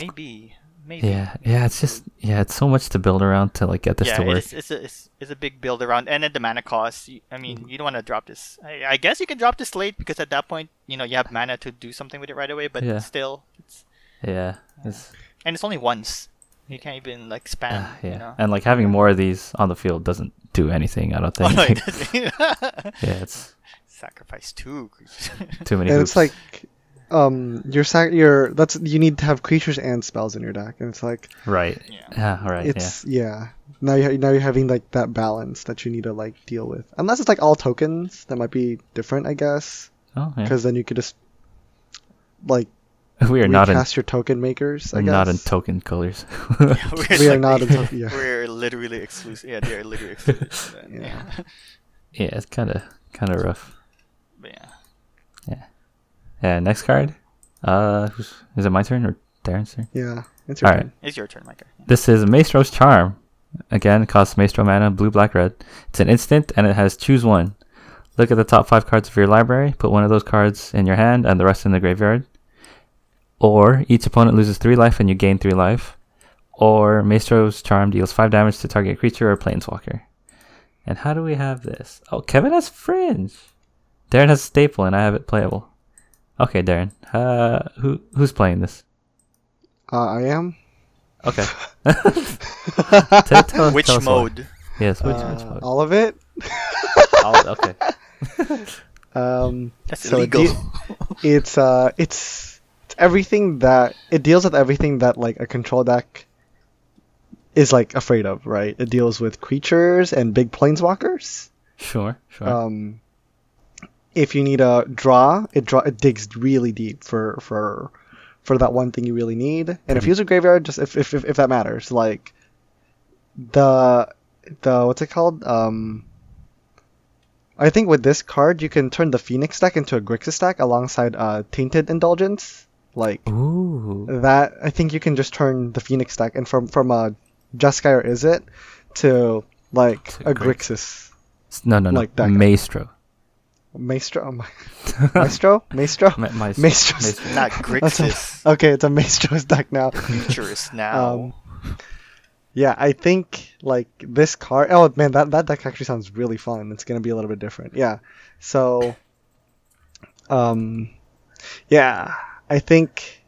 Speaker 3: maybe maybe
Speaker 1: Yeah. Yeah. It's just yeah. It's so much to build around to like get this
Speaker 3: yeah,
Speaker 1: to work.
Speaker 3: It's, it's, a, it's, it's a big build around, and at the mana cost, you- I
Speaker 1: Mm-hmm.
Speaker 3: mean, you don't want to drop this. I, I guess you can drop this late because at that point, you know, you have mana to do something with it right away. But
Speaker 1: Yeah.
Speaker 3: still, it's
Speaker 1: yeah. It's,
Speaker 3: and it's only once. You can't even like spam.
Speaker 1: ah, yeah.
Speaker 3: You know?
Speaker 1: And like having more of these on the field doesn't do anything. I don't
Speaker 3: Oh,
Speaker 1: think.
Speaker 3: no, it doesn't.
Speaker 1: yeah. It's
Speaker 3: Sacrifice two creatures.
Speaker 1: too many.
Speaker 2: And
Speaker 1: hoops.
Speaker 2: it's like, um, your sac, your that's you need to have creatures and spells in your deck, and it's like
Speaker 1: right.
Speaker 3: Yeah.
Speaker 1: Yeah. right.
Speaker 2: it's yeah. Now you now you're having like that balance that you need to like deal with. Unless it's like all tokens, that might be different, I guess,
Speaker 1: yeah. Oh, yeah.
Speaker 2: because then you could just like
Speaker 1: We are not in
Speaker 2: recast your token makers. I guess.
Speaker 1: not in token colors.
Speaker 3: we're,
Speaker 2: We are
Speaker 3: like-
Speaker 2: not in token. Yeah.
Speaker 3: We're literally exclusive. Yeah, they're literally exclusive. then,
Speaker 2: Yeah.
Speaker 3: yeah.
Speaker 1: yeah. It's kind of kind of rough.
Speaker 3: But yeah.
Speaker 1: Yeah. Next card. Uh, who's, is it my turn or Darren's turn?
Speaker 2: Yeah. It's
Speaker 1: All
Speaker 2: your
Speaker 1: right.
Speaker 2: turn.
Speaker 3: It's your turn, Micah. Yeah.
Speaker 1: This is Maestro's Charm. Again, costs Maestro mana, blue, black, red. It's an instant and it has choose one. Look at the top five cards of your library, put one of those cards in your hand and the rest in the graveyard. Or each opponent loses three life and you gain three life. Or Maestro's Charm deals five damage to target creature or planeswalker. And how do we have this? Oh, Kevin has Fringe. Darren has Staple and I have it playable. Okay, Darren. Uh, who who's playing this?
Speaker 2: Uh, I am.
Speaker 1: Okay. Tell- tell-
Speaker 3: Which
Speaker 1: tell us why.
Speaker 3: mode?
Speaker 1: Yes, which,
Speaker 2: Uh,
Speaker 1: which mode?
Speaker 2: all of it.
Speaker 1: All- okay.
Speaker 2: Um,
Speaker 3: That's
Speaker 2: so
Speaker 3: illegal.
Speaker 2: de- it's uh, it's it's everything that it deals with everything that like a control deck is like afraid of, right? It deals with creatures and big planeswalkers.
Speaker 1: Sure, sure.
Speaker 2: Um, if you need a draw, it draw it digs really deep for for for that one thing you really need. And if you use a graveyard, just if if if, if that matters, like the the what's it called? Um, I think with this card you can turn the Phoenix stack into a Grixis stack alongside uh, Tainted Indulgence. Like
Speaker 1: Ooh.
Speaker 2: that I think you can just turn the Phoenix stack and from from a Jeskai or is it to like
Speaker 1: To
Speaker 2: a
Speaker 1: Grix-
Speaker 2: Grixis.
Speaker 1: S- No, no, no.
Speaker 2: like that guy.
Speaker 1: Maestro.
Speaker 2: Maestro, oh my- Maestro, Maestro,
Speaker 1: Ma- maes-
Speaker 2: Maestro's-
Speaker 1: maestro.
Speaker 3: Not
Speaker 2: That's a-
Speaker 3: Grixis.
Speaker 2: okay, it's a Maestro's deck now.
Speaker 3: Futures
Speaker 2: Um,
Speaker 3: now.
Speaker 2: Yeah, I think like this card. Oh man, that that deck actually sounds really fun. It's gonna be a little bit different. Yeah, so, um, yeah, I think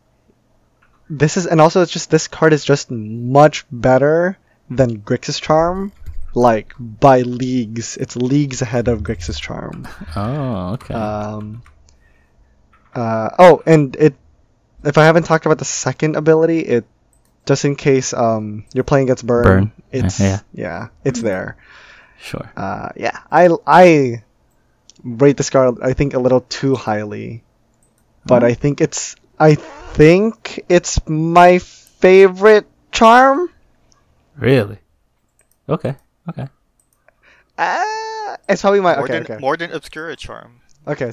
Speaker 2: this is, and also it's just this card is just much better than Grixis Charm, like by leagues. It's leagues ahead of Grixis Charm.
Speaker 1: Oh, okay.
Speaker 2: Um, uh, oh, and it. If I haven't talked about the second ability, it just in case um, you're playing against burn,
Speaker 1: Burn,
Speaker 2: it's
Speaker 1: yeah.
Speaker 2: yeah, it's there.
Speaker 1: sure.
Speaker 2: Uh, yeah, I I rate this card I think a little too highly, but I think it's I think it's my favorite charm.
Speaker 1: Really? Okay. Okay.
Speaker 2: Uh, it's probably my
Speaker 3: more,
Speaker 2: okay,
Speaker 3: than,
Speaker 2: okay.
Speaker 3: more than Obscura Charm.
Speaker 2: Okay,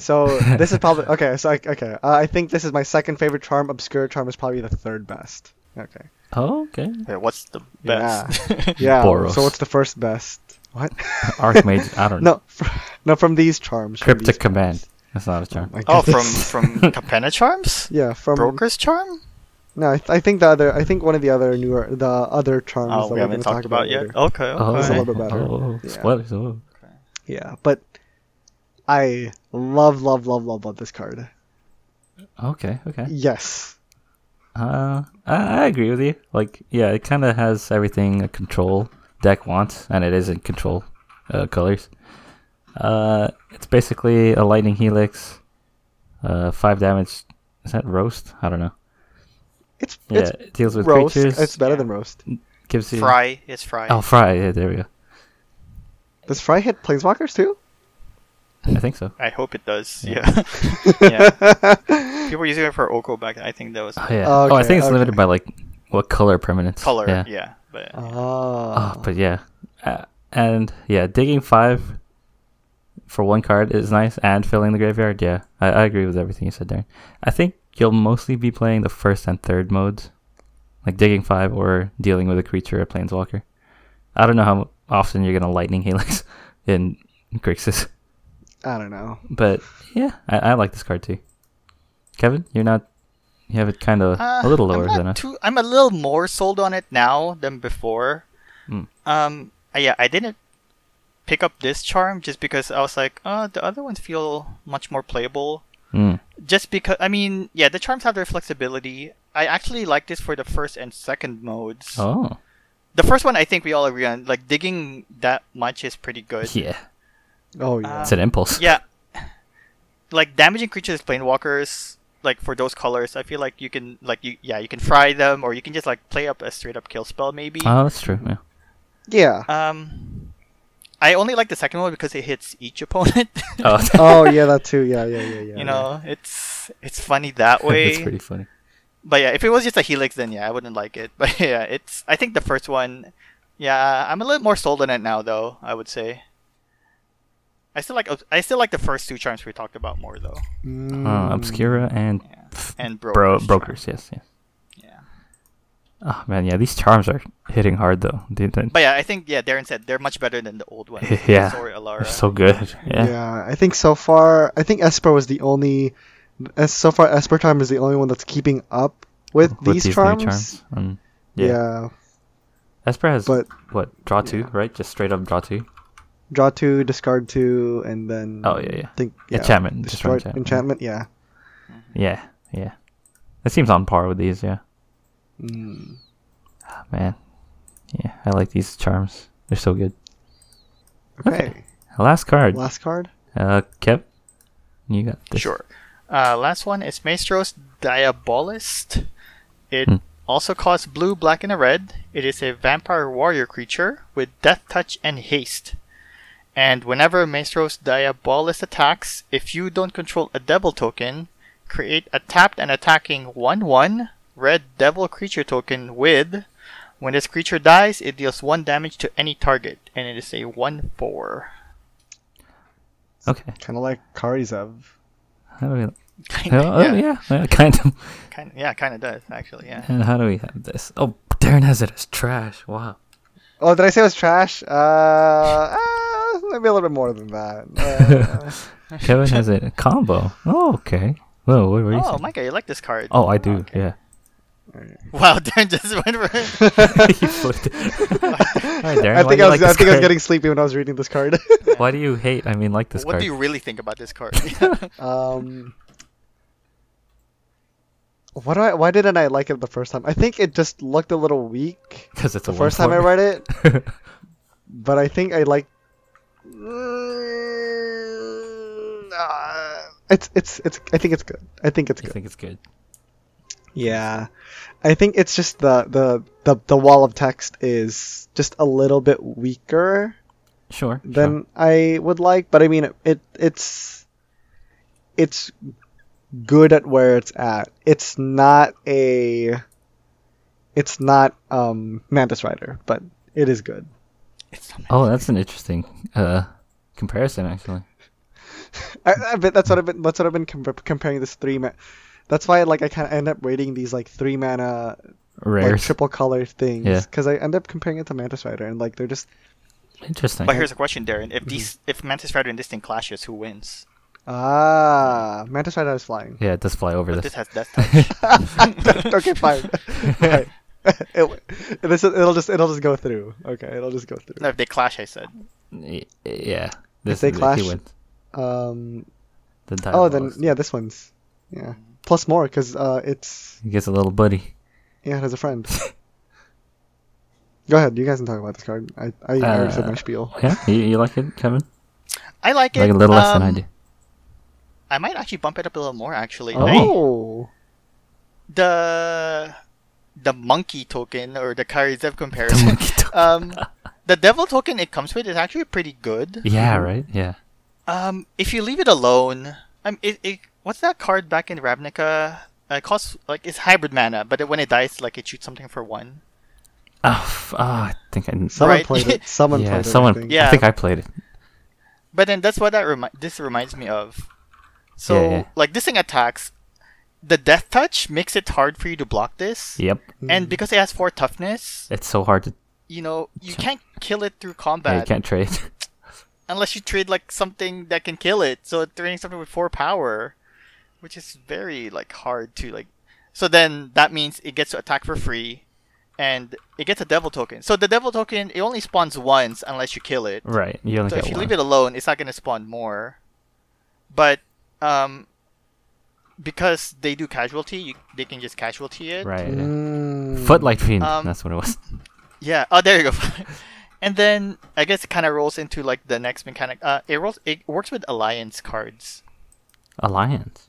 Speaker 2: so this is probably okay. So I, okay, uh, I think this is my second favorite charm. Obscure charm is probably the third best. Okay.
Speaker 1: Oh, okay.
Speaker 3: Wait, what's the best?
Speaker 2: Yeah.
Speaker 1: Boros.
Speaker 2: So what's the first best? What?
Speaker 1: Archmage. I don't know.
Speaker 2: no, f- no. From these charms. from
Speaker 1: Cryptic
Speaker 2: these-
Speaker 1: Command. That's not a charm.
Speaker 2: my
Speaker 3: oh, from
Speaker 2: goodness.
Speaker 3: from Capenna Charms?
Speaker 2: yeah from
Speaker 3: Broker's Charm?
Speaker 2: no. I, th- I think the other. I think one of the other newer the other charms
Speaker 3: Oh,
Speaker 2: that
Speaker 3: we
Speaker 2: we're
Speaker 3: haven't
Speaker 2: gonna talk
Speaker 3: talked about yet.
Speaker 2: later.
Speaker 3: Okay,
Speaker 1: Oh,
Speaker 2: It's a
Speaker 3: okay.
Speaker 2: little bit better.
Speaker 1: oh,
Speaker 2: Yeah.
Speaker 1: spoilers. Oh.
Speaker 2: Yeah, but I love love love love love this card.
Speaker 1: Okay. Okay.
Speaker 2: Yes.
Speaker 1: Uh, I I agree with you. Like, yeah, it kind of has everything a control deck wants, and it is in control uh, colors. Uh, it's basically a lightning helix, uh, five damage. Is that roast? I don't know.
Speaker 2: It's
Speaker 1: Yeah,
Speaker 2: it's
Speaker 1: it deals with
Speaker 2: roast.
Speaker 1: creatures.
Speaker 2: It's better
Speaker 3: Yeah.
Speaker 2: than roast.
Speaker 1: gives you
Speaker 3: Fry is Fry.
Speaker 1: Oh, fry. Yeah, there we go.
Speaker 2: Does Fry hit planeswalkers too?
Speaker 1: I think so.
Speaker 3: I hope it does.
Speaker 1: Yeah.
Speaker 3: Yeah. yeah. People were using it for Oko back then. I think that was
Speaker 1: Oh yeah.
Speaker 2: Oh,
Speaker 1: oh, I
Speaker 2: okay,
Speaker 1: think it's limited
Speaker 2: okay.
Speaker 1: by like what color permanence.
Speaker 3: color.
Speaker 1: Yeah.
Speaker 3: Yeah. But
Speaker 2: Oh.
Speaker 1: Oh, but yeah, uh, and yeah, digging five for one card is nice, and filling the graveyard. Yeah, I, I agree with everything you said, Darren. I think you'll mostly be playing the first and third modes, like digging five or dealing with a creature or planeswalker. I don't know how often you're gonna lightning helix in Grixis,
Speaker 2: Oh, I don't know.
Speaker 1: but yeah, I, I like this card too. Kevin, you're not. You have it kind of
Speaker 3: Uh,
Speaker 1: a little lower
Speaker 3: I'm not
Speaker 1: than us.
Speaker 3: too- I'm a little more sold on it now than before.
Speaker 1: Mm.
Speaker 3: Um, I- yeah, I didn't pick up this charm just because I was like, oh, the other ones feel much more playable.
Speaker 1: Mm.
Speaker 3: Just because, I mean, yeah, the charms have their flexibility. I actually like this for the first and second modes.
Speaker 1: Oh,
Speaker 3: The first one, I think we all agree on, like digging that much is pretty good.
Speaker 1: yeah,
Speaker 2: Oh yeah.
Speaker 3: Uh,
Speaker 1: it's an impulse.
Speaker 3: yeah like damaging creatures planewalkers like for those colors i feel like you can like you yeah you can fry them or you can just like play up a straight up kill spell maybe
Speaker 1: Oh, that's true. Yeah.
Speaker 2: yeah.
Speaker 3: um i only like the second one because it hits each opponent
Speaker 1: Oh,
Speaker 2: oh yeah, that too. Yeah, yeah, yeah, yeah.
Speaker 3: you know it's it's funny that
Speaker 1: that's
Speaker 3: way
Speaker 1: pretty funny.
Speaker 3: but yeah if it was just a helix then yeah i wouldn't like it but yeah it's i think the first one yeah i'm a little more sold on it now though i would say i still like i still like the first two charms we talked about more though
Speaker 2: Yeah.
Speaker 1: Uh,
Speaker 2: Mm.
Speaker 1: Obscura and
Speaker 3: yeah and
Speaker 1: bro-
Speaker 3: brokers, charm.
Speaker 1: brokers. Yes, yes.
Speaker 3: Yeah.
Speaker 1: Oh man, yeah, these charms are hitting hard though. They- they-
Speaker 3: But yeah, I think yeah, Darren said they're much better than the old ones.
Speaker 1: Yeah.
Speaker 3: Sorry, Alara.
Speaker 1: They're so good.
Speaker 2: Yeah.
Speaker 1: Yeah.
Speaker 2: I think so far, I think Esper was the only. As so far, Esper Charm is the only one that's keeping up with,
Speaker 1: With
Speaker 2: these,
Speaker 1: these
Speaker 2: charms.
Speaker 1: new charms. Um,
Speaker 2: Yeah.
Speaker 1: yeah. Esper has
Speaker 2: but
Speaker 1: what? Draw two,
Speaker 2: yeah.
Speaker 1: right? Just straight up draw two.
Speaker 2: draw two, discard two, and then
Speaker 1: Oh yeah, yeah.
Speaker 2: I think yeah,
Speaker 1: Enchantment. Just
Speaker 2: destroy
Speaker 1: for
Speaker 2: enchantment.
Speaker 1: enchantment.
Speaker 2: Yeah.
Speaker 3: Mm-hmm.
Speaker 1: Yeah, yeah. That seems on par with these. Yeah, Ah,
Speaker 2: Mm.
Speaker 1: man. Yeah, I like these charms. They're so good.
Speaker 2: Okay.
Speaker 1: Last card.
Speaker 2: Last card.
Speaker 1: Uh, Kev, you got this.
Speaker 3: Sure. Uh, last one is Maestro's Diabolist. It
Speaker 1: Hmm.
Speaker 3: also costs blue, black, and a red. It is a vampire warrior creature with death touch and haste. And whenever Maestro's Diabolist attacks, if you don't control a devil token, create a tapped and attacking 1 1 red devil creature token with. When this creature dies, it deals 1 damage to any target, and it is a 1 4.
Speaker 1: Okay.
Speaker 2: Kind of like Karizev.
Speaker 1: How do we?
Speaker 3: Kinda,
Speaker 1: Oh, oh, yeah. yeah, kind of.
Speaker 3: Kinda, yeah, kind of does, actually, yeah.
Speaker 1: And how do we have this? Oh, Darren has it as trash. Wow.
Speaker 2: Oh, did I say it was trash? Uh, uh maybe a little bit more than that. Uh,
Speaker 1: Kevin has it a combo. Oh, okay. Whoa, what were you
Speaker 3: Oh,
Speaker 1: saying?
Speaker 3: Micah, you like this card.
Speaker 1: Oh, I do.
Speaker 3: okay.
Speaker 1: Yeah.
Speaker 3: Wow, Darren just went for it.
Speaker 1: He flipped it. All right, Darren. why do you like
Speaker 2: I think I was, I
Speaker 1: this
Speaker 2: think I was
Speaker 1: card?
Speaker 2: getting sleepy when I was reading this card.
Speaker 1: Why do you hate? I mean, like this
Speaker 3: What
Speaker 1: card.
Speaker 3: do you really think about this card?
Speaker 2: Um, what do I? Why didn't I like it the first time? I think it just looked a little weak
Speaker 1: Because it's
Speaker 2: the
Speaker 1: a
Speaker 2: first time I
Speaker 1: one-form.
Speaker 2: read it, but I think I like. mm, uh, It's it's it's. I think it's good. I think it's
Speaker 1: you
Speaker 2: good.
Speaker 1: think it's good.
Speaker 2: Yeah, I think it's just the the the, the wall of text is just a little bit weaker
Speaker 1: Sure. sure.
Speaker 2: than I would like, but I mean it it's it's good at where it's at. It's not a it's not um Mantis Rider, but it is good.
Speaker 3: It's not
Speaker 1: Oh, that's an interesting uh, comparison, actually.
Speaker 2: I, I bet that's what I've been that's what I've been com- comparing this three man. That's why like I kind of end up rating these like three mana
Speaker 1: Rare.
Speaker 2: like triple color things
Speaker 1: Yeah.
Speaker 2: because I end up comparing it to Mantis Rider and like they're just
Speaker 1: interesting.
Speaker 3: But here's a question, Darren. If these,
Speaker 1: Mm-hmm.
Speaker 3: if Mantis Rider and this thing clashes, who wins?
Speaker 2: ah Mantis Rider is flying.
Speaker 1: Yeah, it does fly over
Speaker 3: But
Speaker 1: this.
Speaker 3: this has death touch.
Speaker 2: okay, fine. Fine. it, this, it'll just it'll just go through. Okay, it'll just go
Speaker 3: no,
Speaker 2: through.
Speaker 3: if they clash, I said.
Speaker 1: Y- yeah. This
Speaker 2: they
Speaker 1: is- he
Speaker 2: clash-
Speaker 1: wins.
Speaker 2: Um.
Speaker 1: The
Speaker 2: Oh, then
Speaker 1: dialogues.
Speaker 2: yeah, this one's
Speaker 1: Mm-hmm.
Speaker 2: yeah. Plus more because uh, it's
Speaker 1: He gets a little buddy.
Speaker 2: yeah, it has a friend. go ahead, you guys can talk about this card. I I already said my
Speaker 1: Uh,
Speaker 2: spiel.
Speaker 1: Yeah, you, you like it, Kevin?
Speaker 3: I like it.
Speaker 1: You like it a little less than I
Speaker 3: um,
Speaker 1: do.
Speaker 3: I might actually bump it up a little more, actually.
Speaker 1: Oh.
Speaker 3: I-
Speaker 2: Oh,
Speaker 3: the the monkey token or the
Speaker 1: The
Speaker 3: Karizev comparison.
Speaker 1: monkey took-
Speaker 3: um, the devil token it comes with is actually pretty good.
Speaker 1: yeah, right? Yeah.
Speaker 3: Um, if you leave it alone, um, it, it what's that card back in Ravnica? Uh, it costs like it's hybrid mana, but when it dies, like it shoots something for one.
Speaker 1: Oh, f- oh, I think I.
Speaker 2: someone
Speaker 3: Right.
Speaker 2: played it. Someone
Speaker 1: yeah,
Speaker 2: played it. I
Speaker 1: someone.
Speaker 2: think.
Speaker 1: I
Speaker 3: Yeah.
Speaker 1: think I played it.
Speaker 3: But then that's what that remi- this reminds me of. So
Speaker 1: yeah.
Speaker 3: like this thing attacks, the death touch makes it hard for you to block this,
Speaker 1: Yep.
Speaker 3: and because it has four toughness,
Speaker 1: It's so hard to.
Speaker 3: you know you can't kill it through
Speaker 1: Yeah, you
Speaker 3: combat
Speaker 1: can't trade.
Speaker 3: unless you trade like something that can kill it. So it's trading something with four power, which is very like hard to like. So then that means it gets to attack for free, and it gets a devil token. So the devil token it only spawns once unless you kill it.
Speaker 1: right. You only
Speaker 3: So
Speaker 1: get
Speaker 3: if you
Speaker 1: one.
Speaker 3: leave it alone, it's not going to spawn more. But um, because they do casualty, you, they can just casualty it.
Speaker 1: right. yeah.
Speaker 2: Mm.
Speaker 1: Footlight Fiend.
Speaker 3: Um,
Speaker 1: that's what it was.
Speaker 3: Yeah. Oh, there you go. and then I guess it kind of rolls into like the next mechanic. Uh, it rolls. It works with alliance cards.
Speaker 1: Alliance.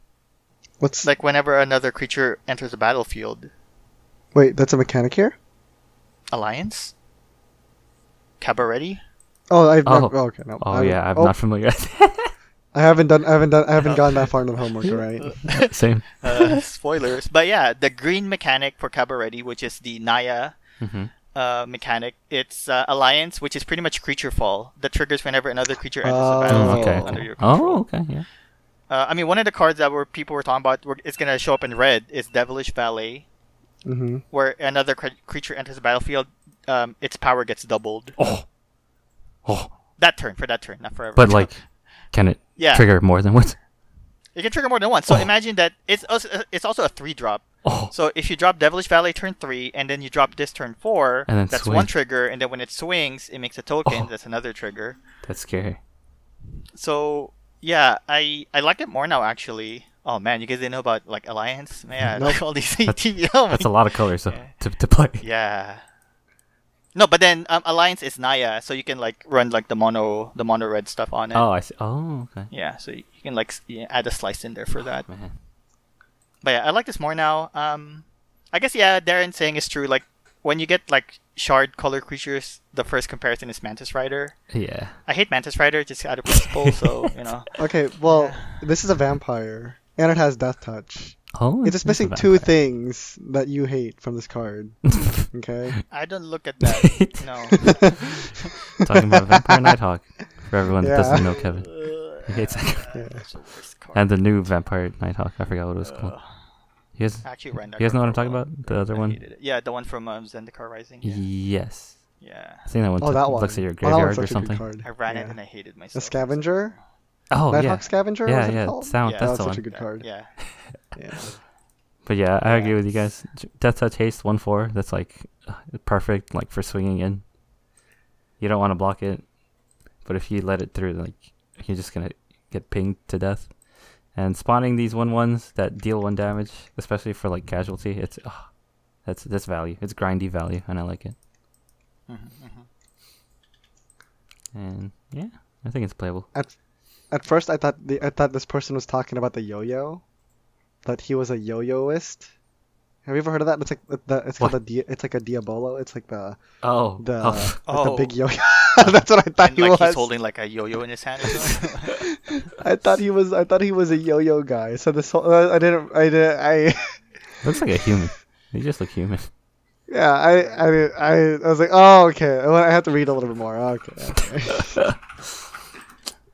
Speaker 2: What's
Speaker 3: Like whenever another creature enters the battlefield,
Speaker 2: wait? That's a mechanic here.
Speaker 3: alliance. Cabaretti.
Speaker 2: Oh, I've
Speaker 1: Oh.
Speaker 2: oh, okay. No,
Speaker 1: Oh
Speaker 2: I-
Speaker 1: yeah, I'm
Speaker 2: oh,
Speaker 1: not familiar.
Speaker 2: I haven't done. I haven't done. I haven't gone that far in the homework. all Right.
Speaker 1: Same.
Speaker 3: Uh, spoilers. But yeah, the green mechanic for Cabaretti, which is the Naya
Speaker 1: hmm
Speaker 3: uh, mechanic. It's uh, alliance, which is pretty much creature fall that triggers whenever another creature enters
Speaker 2: Oh.
Speaker 1: Oh,
Speaker 3: the
Speaker 2: Oh,
Speaker 3: battlefield
Speaker 1: okay. Oh.
Speaker 3: under
Speaker 1: okay.
Speaker 3: your control.
Speaker 1: Oh, okay. Yeah.
Speaker 3: Uh, I mean, one of the cards that were people were talking about were, is gonna show up in red is Devilish Valet,
Speaker 2: Mm-hmm.
Speaker 3: where another cre- creature enters the battlefield, um, its power gets doubled.
Speaker 1: Oh, oh,
Speaker 3: That turn for that turn, not forever.
Speaker 1: but like, can it
Speaker 3: Yeah.
Speaker 1: trigger more than once?
Speaker 3: it can trigger more than one. So
Speaker 1: Oh.
Speaker 3: imagine that it's also, it's also a three drop.
Speaker 1: Oh,
Speaker 3: So if you drop Devilish Valley turn three, and then you drop this turn four,
Speaker 1: And then
Speaker 3: that's
Speaker 1: swing.
Speaker 3: one trigger, and then when it swings, it makes a token.
Speaker 1: Oh.
Speaker 3: That's another trigger.
Speaker 1: that's scary.
Speaker 3: So yeah, I I like it more now actually. Oh man, you guys didn't know about like Alliance? Man,
Speaker 2: Nope.
Speaker 3: like all these
Speaker 1: That's-
Speaker 3: TV. Oh my
Speaker 1: That's a lot of colors though,
Speaker 3: Yeah.
Speaker 1: to to play.
Speaker 3: Yeah. No, but then um, Alliance is Naya, so you can like run like the mono the mono red stuff on it.
Speaker 1: Oh, I see. Oh, okay.
Speaker 3: Yeah, so you can like s- yeah, add a slice in there for that.
Speaker 1: Man.
Speaker 3: But yeah, I like this more now. Um, I guess yeah, Darren saying is true. Like when you get like shard color creatures, the first comparison is Mantis Rider.
Speaker 1: Yeah.
Speaker 3: I hate Mantis Rider just out of principle, so you know.
Speaker 2: Okay, well, this is a vampire, and it has death touch.
Speaker 1: Oh,
Speaker 2: It's just missing two things that you hate from this card.
Speaker 1: things.
Speaker 2: Okay.
Speaker 3: I don't look at that. no.
Speaker 1: Talking about Vampire Nighthawk for everyone that doesn't
Speaker 2: Yeah.
Speaker 1: know Kevin. He hates that card.
Speaker 2: Yeah.
Speaker 3: That's the worst card.
Speaker 1: And the new Vampire Nighthawk. I forgot what it was called.
Speaker 3: Ugh.
Speaker 1: You guys,
Speaker 3: I actually ran that
Speaker 1: you guys know what I'm
Speaker 3: card for a
Speaker 1: talking
Speaker 3: while.
Speaker 1: about? The other
Speaker 3: I
Speaker 1: one?
Speaker 3: hated it. Yeah, the one from um, Zendikar Rising. Yeah.
Speaker 1: Yes.
Speaker 3: yeah.
Speaker 1: I think that one,
Speaker 2: Oh,
Speaker 1: t-
Speaker 2: that one.
Speaker 1: looks at your
Speaker 2: Oh, that
Speaker 1: graveyard
Speaker 2: one's
Speaker 1: or
Speaker 2: such a
Speaker 1: something.
Speaker 2: good card.
Speaker 3: I ran
Speaker 2: Yeah.
Speaker 3: it and I hated myself.
Speaker 2: The scavenger,
Speaker 1: Oh,
Speaker 2: Nighthawk
Speaker 1: yeah.
Speaker 2: scavenger.
Speaker 1: Yeah,
Speaker 2: was it
Speaker 1: yeah.
Speaker 2: called?
Speaker 1: Sound.
Speaker 3: Yeah.
Speaker 1: that's
Speaker 2: That's
Speaker 1: the
Speaker 2: such
Speaker 1: one.
Speaker 2: a good card.
Speaker 3: Yeah.
Speaker 2: Yeah.
Speaker 1: But yeah, I
Speaker 3: Yeah.
Speaker 1: agree with you guys. J- Death Touch Haste 1 4. That's like uh, perfect like for swinging in. You don't want to block it. But if you let it through, like you're just going to get pinged to death. And spawning these 1 1s that deal 1 damage, especially for like casualty, it's. ah, that's that's value. It's grindy value, and I like it.
Speaker 3: Mm-hmm,
Speaker 1: And yeah, I think it's playable.
Speaker 2: At first, I thought the, I thought this person was talking about the yo-yo, that he was a yo-yoist. Have you ever heard of that? It's like the, the it's called
Speaker 1: What?
Speaker 2: a dia, it's like a diabolo. It's like the
Speaker 1: Oh,
Speaker 2: the
Speaker 1: oh.
Speaker 2: like the
Speaker 3: Oh.
Speaker 2: big yo-yo. That's what I thought
Speaker 3: And
Speaker 2: he
Speaker 3: like
Speaker 2: was.
Speaker 3: he's holding like a yo-yo in his hand. Or something.
Speaker 2: I thought he was I thought he was a yo-yo guy. So this whole uh, I didn't I didn't, I
Speaker 1: looks like a human. You just look human.
Speaker 2: yeah I I didn't- I, I was like oh okay I want- I have to read a little bit more okay. okay.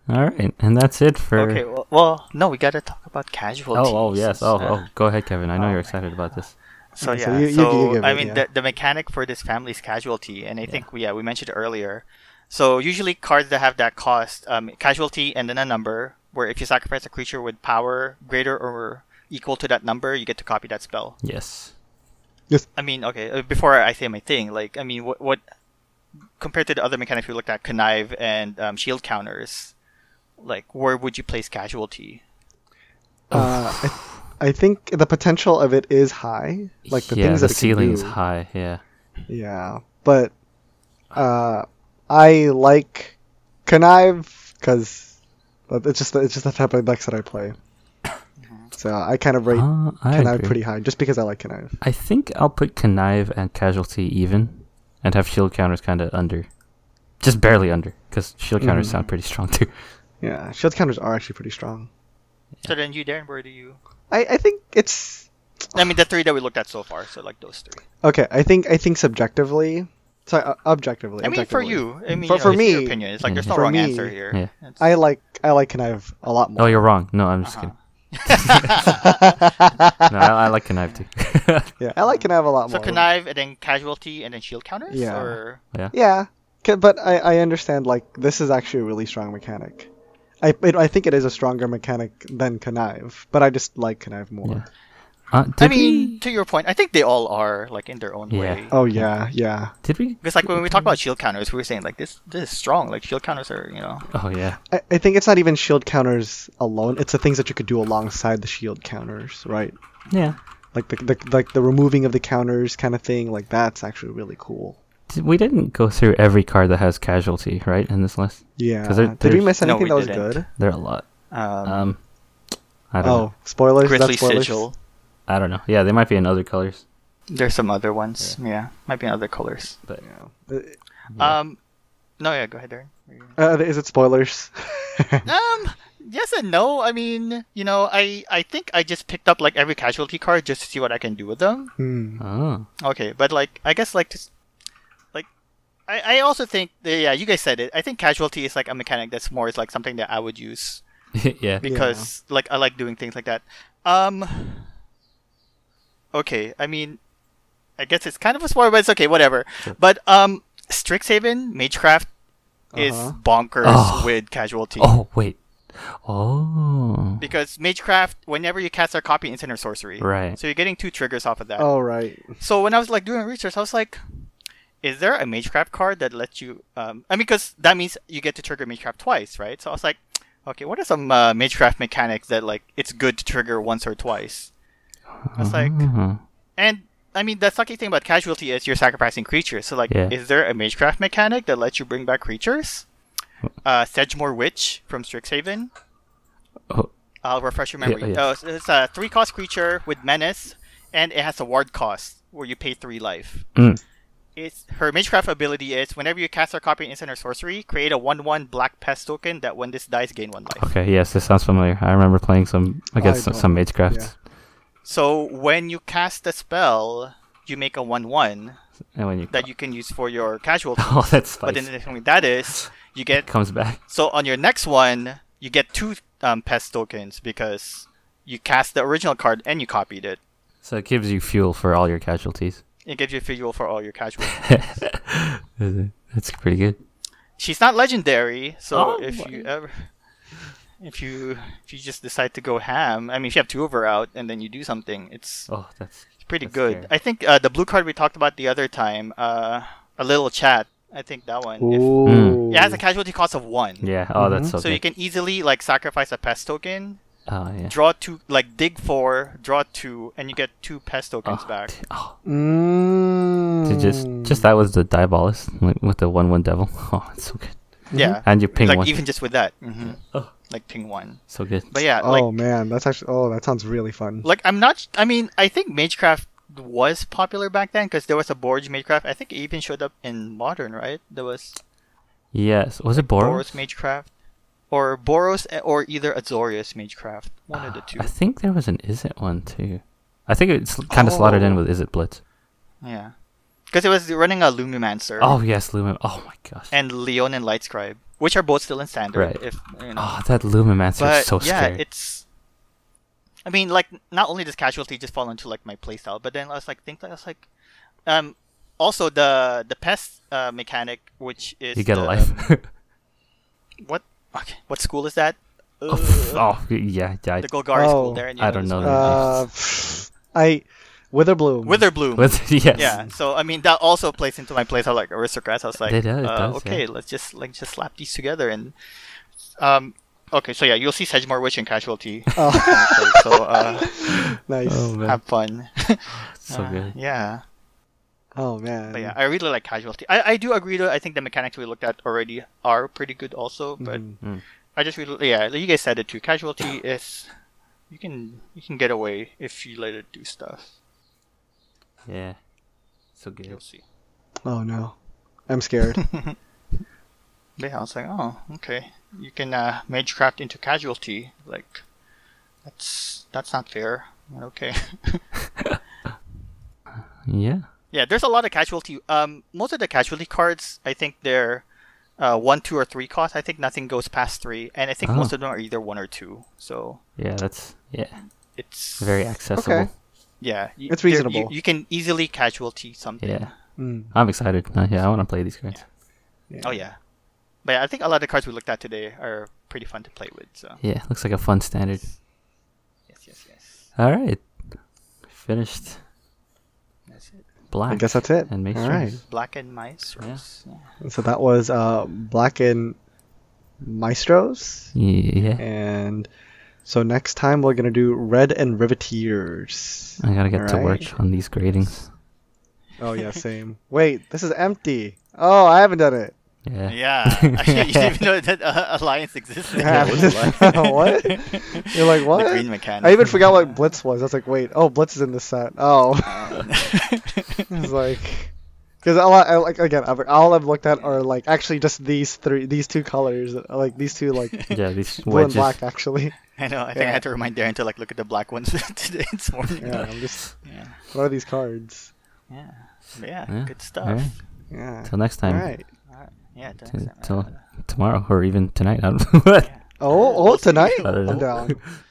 Speaker 1: All right, and that's it for.
Speaker 3: okay. Well, well, no, we gotta talk about casualties.
Speaker 1: Oh, oh yes. Oh,
Speaker 3: Uh,
Speaker 1: oh, go ahead, Kevin. I know
Speaker 3: Oh
Speaker 1: you're
Speaker 3: my
Speaker 1: excited about this.
Speaker 3: So
Speaker 2: Yeah,
Speaker 3: yeah,
Speaker 2: so
Speaker 3: so,
Speaker 2: you- you- you give
Speaker 3: I
Speaker 2: it,
Speaker 3: mean
Speaker 2: yeah.
Speaker 3: the, the mechanic for this family is casualty, and I think we yeah we mentioned it earlier. So usually cards that have that cost, um, casualty and then a number, where if you sacrifice a creature with power greater or equal to that number, you get to copy that spell.
Speaker 1: Yes.
Speaker 3: I mean, okay, uh, before I say my thing, like I mean, what what compared to the other mechanics we looked at, connive and um, shield counters, like where would you place casualty?
Speaker 2: Uh, I, I think the potential of it is high. Like the
Speaker 1: yeah,
Speaker 2: things
Speaker 1: the
Speaker 2: that it can
Speaker 1: ceiling is
Speaker 2: do.
Speaker 1: high. Yeah.
Speaker 2: Yeah, but uh, I like connive because it's just it's just the type of decks that I play. So I kind of rate
Speaker 1: Uh, I
Speaker 2: connive
Speaker 1: agree.
Speaker 2: pretty high just because I like connive.
Speaker 1: I think I'll put connive and casualty even, and have shield counters kind of under, just barely under, because
Speaker 2: Mm.
Speaker 1: shield counters sound pretty strong too.
Speaker 2: Yeah, shield counters are actually pretty strong.
Speaker 3: So then you, Darren, where do you?
Speaker 2: I, I think it's
Speaker 3: I mean, the three that we looked at so far, so like those three.
Speaker 2: okay. I think I think subjectively, sorry, uh, objectively.
Speaker 3: I mean, for
Speaker 2: objectively,
Speaker 3: you, I mean, you
Speaker 2: For-
Speaker 3: know,
Speaker 2: for
Speaker 3: it's your
Speaker 2: me- mm-hmm.
Speaker 3: opinion. It's like there's
Speaker 1: Yeah.
Speaker 3: no
Speaker 2: For
Speaker 3: wrong
Speaker 2: me-
Speaker 3: answer here.
Speaker 1: Yeah.
Speaker 3: It's-
Speaker 2: I like I like connive a lot
Speaker 1: Oh,
Speaker 2: more.
Speaker 1: you're wrong. No, I'm just
Speaker 3: Uh-huh.
Speaker 1: kidding. No, I, I like connive too.
Speaker 2: yeah, I like connive a lot
Speaker 3: so
Speaker 2: more.
Speaker 3: connive and then casualty and then shield counters.
Speaker 2: Yeah.
Speaker 3: Or...
Speaker 2: Yeah, c- but I, I understand like this is actually a really strong mechanic. I it, I think it is a stronger mechanic than connive, but I just like connive more.
Speaker 1: Yeah. uh, did
Speaker 3: I mean,
Speaker 1: we,
Speaker 3: to your point, I think they all are like in their own
Speaker 1: Yeah.
Speaker 3: way.
Speaker 2: Oh yeah, yeah.
Speaker 1: did we?
Speaker 3: Because like when we talk about shield counters, we were saying like this this is strong. Like shield counters are you know
Speaker 1: Oh yeah.
Speaker 2: I, I think it's not even shield counters alone. It's the things that you could do alongside the shield counters, right?
Speaker 1: Yeah.
Speaker 2: Like the, the like the removing of the counters kind of thing. Like that's actually really cool.
Speaker 1: Did- We didn't go through every card that has casualty, right? In this list,
Speaker 2: Yeah.
Speaker 1: 'Cause there-
Speaker 2: Did we
Speaker 1: there's-
Speaker 2: miss
Speaker 3: No,
Speaker 2: anything
Speaker 3: we
Speaker 2: that was
Speaker 3: didn't.
Speaker 2: good?
Speaker 1: there are a lot.
Speaker 3: um,
Speaker 1: Um, I don't. Know.
Speaker 2: Oh, spoilers. is that
Speaker 3: grizzly
Speaker 2: spoilers?
Speaker 3: sigil.
Speaker 1: I don't know. Yeah, they might be in other colors,
Speaker 3: There's some other ones. Yeah, might be in other colors.
Speaker 1: but
Speaker 2: Yeah. Uh,
Speaker 3: Um, no, yeah, go ahead, Darren.
Speaker 2: Uh, is it spoilers?
Speaker 3: Um, yes and no. I mean, you know, I I think I just picked up like every casualty card just to see what I can do with them.
Speaker 2: hmm.
Speaker 1: oh,
Speaker 3: Okay, but like I guess like just like I, I also think that, yeah you guys said it. I think casualty is like a mechanic that's more is like something that I would use
Speaker 1: yeah.
Speaker 3: because like I like doing things like that. Um. Okay, I mean, I guess it's kind of a spoiler, but it's okay, whatever. But um, Strixhaven Magecraft is
Speaker 2: Uh-huh.
Speaker 3: bonkers
Speaker 1: Oh.
Speaker 3: with casualty
Speaker 1: Oh wait. Oh.
Speaker 3: because Magecraft, whenever you cast a copy, instant or sorcery,
Speaker 1: Right.
Speaker 3: So you're getting two triggers off of that.
Speaker 2: Oh right.
Speaker 3: So when I was like doing research, I was like, is there a Magecraft card that lets you? Um, I mean, because that means you get to trigger Magecraft twice, right? So I was like, okay, what are some uh, Magecraft mechanics that like it's good to trigger once or twice? I was like,
Speaker 1: Mhm.
Speaker 3: and I mean, the sucky thing about casualty is you're sacrificing creatures. So like,
Speaker 1: Yeah.
Speaker 3: is there a Magecraft mechanic that lets you bring back creatures? Uh, Sedgemore Witch from Strixhaven.
Speaker 1: Oh,
Speaker 3: I'll refresh your
Speaker 1: Yeah,
Speaker 3: memory.
Speaker 1: yeah.
Speaker 3: Uh, so it's a three cost creature with menace, and it has a ward cost where you pay three life.
Speaker 1: Mm.
Speaker 3: It's her Magecraft ability is whenever you cast or copy an instant or sorcery, create a one-one black pest token that when this dies, gain one life.
Speaker 1: Okay. Yes, this sounds familiar. I remember playing some against
Speaker 2: I
Speaker 1: some, some
Speaker 2: don't-
Speaker 1: magecrafts,
Speaker 3: So when you cast a spell, you make a one-one
Speaker 1: and when you
Speaker 3: that you can use for your casualty.
Speaker 1: oh that's
Speaker 3: but then
Speaker 1: spicy.
Speaker 3: the thing with that is you get
Speaker 1: comes back.
Speaker 3: So on your next one, you get two um, pest tokens because you cast the original card and you copied it.
Speaker 1: So it gives you fuel for all your casualties.
Speaker 3: It gives you fuel for all your casualties.
Speaker 1: That's pretty good.
Speaker 3: She's not legendary, so
Speaker 1: Oh,
Speaker 3: if
Speaker 1: what?
Speaker 3: you ever, if you if you just decide to go ham, I mean, if you have two of her out and then you do something, it's
Speaker 1: Oh, that's
Speaker 3: it's pretty
Speaker 1: that's
Speaker 3: good.
Speaker 1: fair.
Speaker 3: I think uh, the blue card we talked about the other time, uh, a little chat. I think that one. If,
Speaker 2: Ooh.
Speaker 1: Mm.
Speaker 3: it has a casualty cost of one.
Speaker 1: yeah. Oh, that's
Speaker 2: Mhm.
Speaker 1: so,
Speaker 3: Mm-hmm. So you
Speaker 1: good.
Speaker 3: can easily like sacrifice a pest token
Speaker 1: oh yeah.
Speaker 3: draw two, like dig four, draw two, and you get two pest tokens
Speaker 1: Oh,
Speaker 3: back.
Speaker 1: t- oh,
Speaker 2: Mm.
Speaker 1: to just just that was the diabolist like, with the one one devil. Oh, it's so good.
Speaker 2: Mm-hmm.
Speaker 3: Yeah,
Speaker 1: And you ping
Speaker 3: like
Speaker 1: one.
Speaker 3: even just with that, hmm
Speaker 1: Oh.
Speaker 3: like ping one.
Speaker 1: so good.
Speaker 3: But yeah,
Speaker 2: oh
Speaker 3: like
Speaker 2: man, that's actually. Oh, that sounds really fun.
Speaker 3: like I'm not. I mean, I think Magecraft was popular back then because there was a Borge Magecraft. I think it even showed up in Modern, right? There was
Speaker 1: Yes. Was it Boros?
Speaker 3: Boros Magecraft, or Boros, eh, or either Azorius Magecraft. One of the two.
Speaker 1: Ah, I think there was an Is it one too. I think it's kind of slotted in
Speaker 2: Oh.
Speaker 1: with Is it Blitz.
Speaker 3: Yeah, because it was running a Lumimancer
Speaker 1: Oh yes, Lumen. Oh my gosh.
Speaker 3: and Leon and Lightscribe, which are both still in standard.
Speaker 1: Right.
Speaker 3: If you know.
Speaker 1: oh, that Lumimancer
Speaker 3: but
Speaker 1: is so
Speaker 3: yeah,
Speaker 1: scary.
Speaker 3: it's. I mean, like, not only does casualty just fall into like my playstyle, but then I was like, think I was like, um, also the the pest uh, mechanic, which is
Speaker 1: you get a
Speaker 3: the- um,
Speaker 1: life.
Speaker 3: What? Okay, what school is that? Uh,
Speaker 1: oh, pff, oh, yeah, yeah.
Speaker 3: The Golgari school
Speaker 2: Oh.
Speaker 3: there. And
Speaker 1: I don't know.
Speaker 2: Uh, pff, I Witherbloom.
Speaker 3: Witherbloom.
Speaker 1: With, yes.
Speaker 3: yeah, so I mean that also plays into my playstyle like aristocrats. I was like,
Speaker 1: It does, it
Speaker 3: uh,
Speaker 1: does,
Speaker 3: okay,
Speaker 1: yeah.
Speaker 3: let's just like just slap these together and, um, okay, so yeah, you'll see Sedgemore Witch and Casualty.
Speaker 2: Oh,
Speaker 3: so uh,
Speaker 2: nice.
Speaker 1: Oh
Speaker 2: Oh,
Speaker 1: man,
Speaker 3: have fun.
Speaker 1: so
Speaker 3: Uh,
Speaker 1: good.
Speaker 3: Yeah.
Speaker 2: Oh, man.
Speaker 3: But yeah, I really like casualty. I, I do agree though. I think the mechanics we looked at already are pretty good also. But
Speaker 1: Mm-hmm.
Speaker 2: Mhm.
Speaker 3: I just really yeah, you guys said it too. Casualty is you can you can get away if you let it do stuff.
Speaker 1: Yeah. So good.
Speaker 3: You'll see.
Speaker 2: Oh no, I'm scared.
Speaker 3: But yeah, I was like, oh okay, you can uh, magecraft into casualty. Like that's that's not fair. But okay.
Speaker 1: Yeah.
Speaker 3: yeah, there's a lot of casualty. Um, most of the casualty cards, I think they're. Uh, one, two, or three cost. I think nothing goes past three, and I think
Speaker 1: Oh.
Speaker 3: most of them are either one or two. So
Speaker 1: Yeah, that's yeah,
Speaker 3: it's
Speaker 1: very accessible.
Speaker 2: Okay.
Speaker 3: Yeah, y-
Speaker 2: It's
Speaker 3: there- you-
Speaker 2: reasonable.
Speaker 3: You, can easily casualty something.
Speaker 1: Yeah.
Speaker 2: Mm.
Speaker 1: I'm excited. Uh, yeah, I want to play these cards.
Speaker 3: Oh yeah. But yeah, I think a lot of the cards we looked at today are pretty fun to play with. So
Speaker 1: Yeah. looks like a fun standard.
Speaker 3: yes, yes, yes.
Speaker 1: All right. Finished
Speaker 3: That's it.
Speaker 1: black.
Speaker 2: I guess that's it.
Speaker 1: And make
Speaker 2: All
Speaker 1: sure.
Speaker 2: right.
Speaker 3: Black and mice.
Speaker 1: Yeah.
Speaker 3: rose, Yeah.
Speaker 2: So that was uh, Black and Maestros,
Speaker 1: Yeah.
Speaker 2: and so next time we're gonna do Red and Riveteers.
Speaker 1: I gotta get to
Speaker 2: Alright.
Speaker 1: work on these gradings.
Speaker 2: Oh yeah, same. Wait, this is empty. Oh, I haven't done it.
Speaker 1: Yeah.
Speaker 3: Yeah, I didn't even know that uh, alliance existed.
Speaker 2: Yeah, what? You're like what?
Speaker 3: The green mechanic.
Speaker 2: I even forgot what Blitz was. I was like, wait, oh, Blitz is in this set. Oh, I was like, because all I, I- like again, I've- all I've looked at are like actually just these three, these two colors, like these two like
Speaker 1: Yeah. These
Speaker 2: blue and
Speaker 1: wedges.
Speaker 2: black actually.
Speaker 3: I know. I think I
Speaker 2: Yeah.
Speaker 3: had to remind Darren to like look at the black ones today this morning.
Speaker 2: Yeah, I'm just
Speaker 3: Yeah.
Speaker 2: what are these cards?
Speaker 3: Yeah. But yeah,
Speaker 1: Yeah,
Speaker 3: Good stuff.
Speaker 1: alright.
Speaker 2: Yeah.
Speaker 1: Till next time.
Speaker 2: All right.
Speaker 3: Alright, Yeah.
Speaker 1: T-
Speaker 3: thanks,
Speaker 1: till
Speaker 3: man.
Speaker 1: tomorrow or even tonight. I don't know.
Speaker 2: Oh, oh, tonight.
Speaker 1: I don't
Speaker 2: I'm
Speaker 1: know.
Speaker 2: down.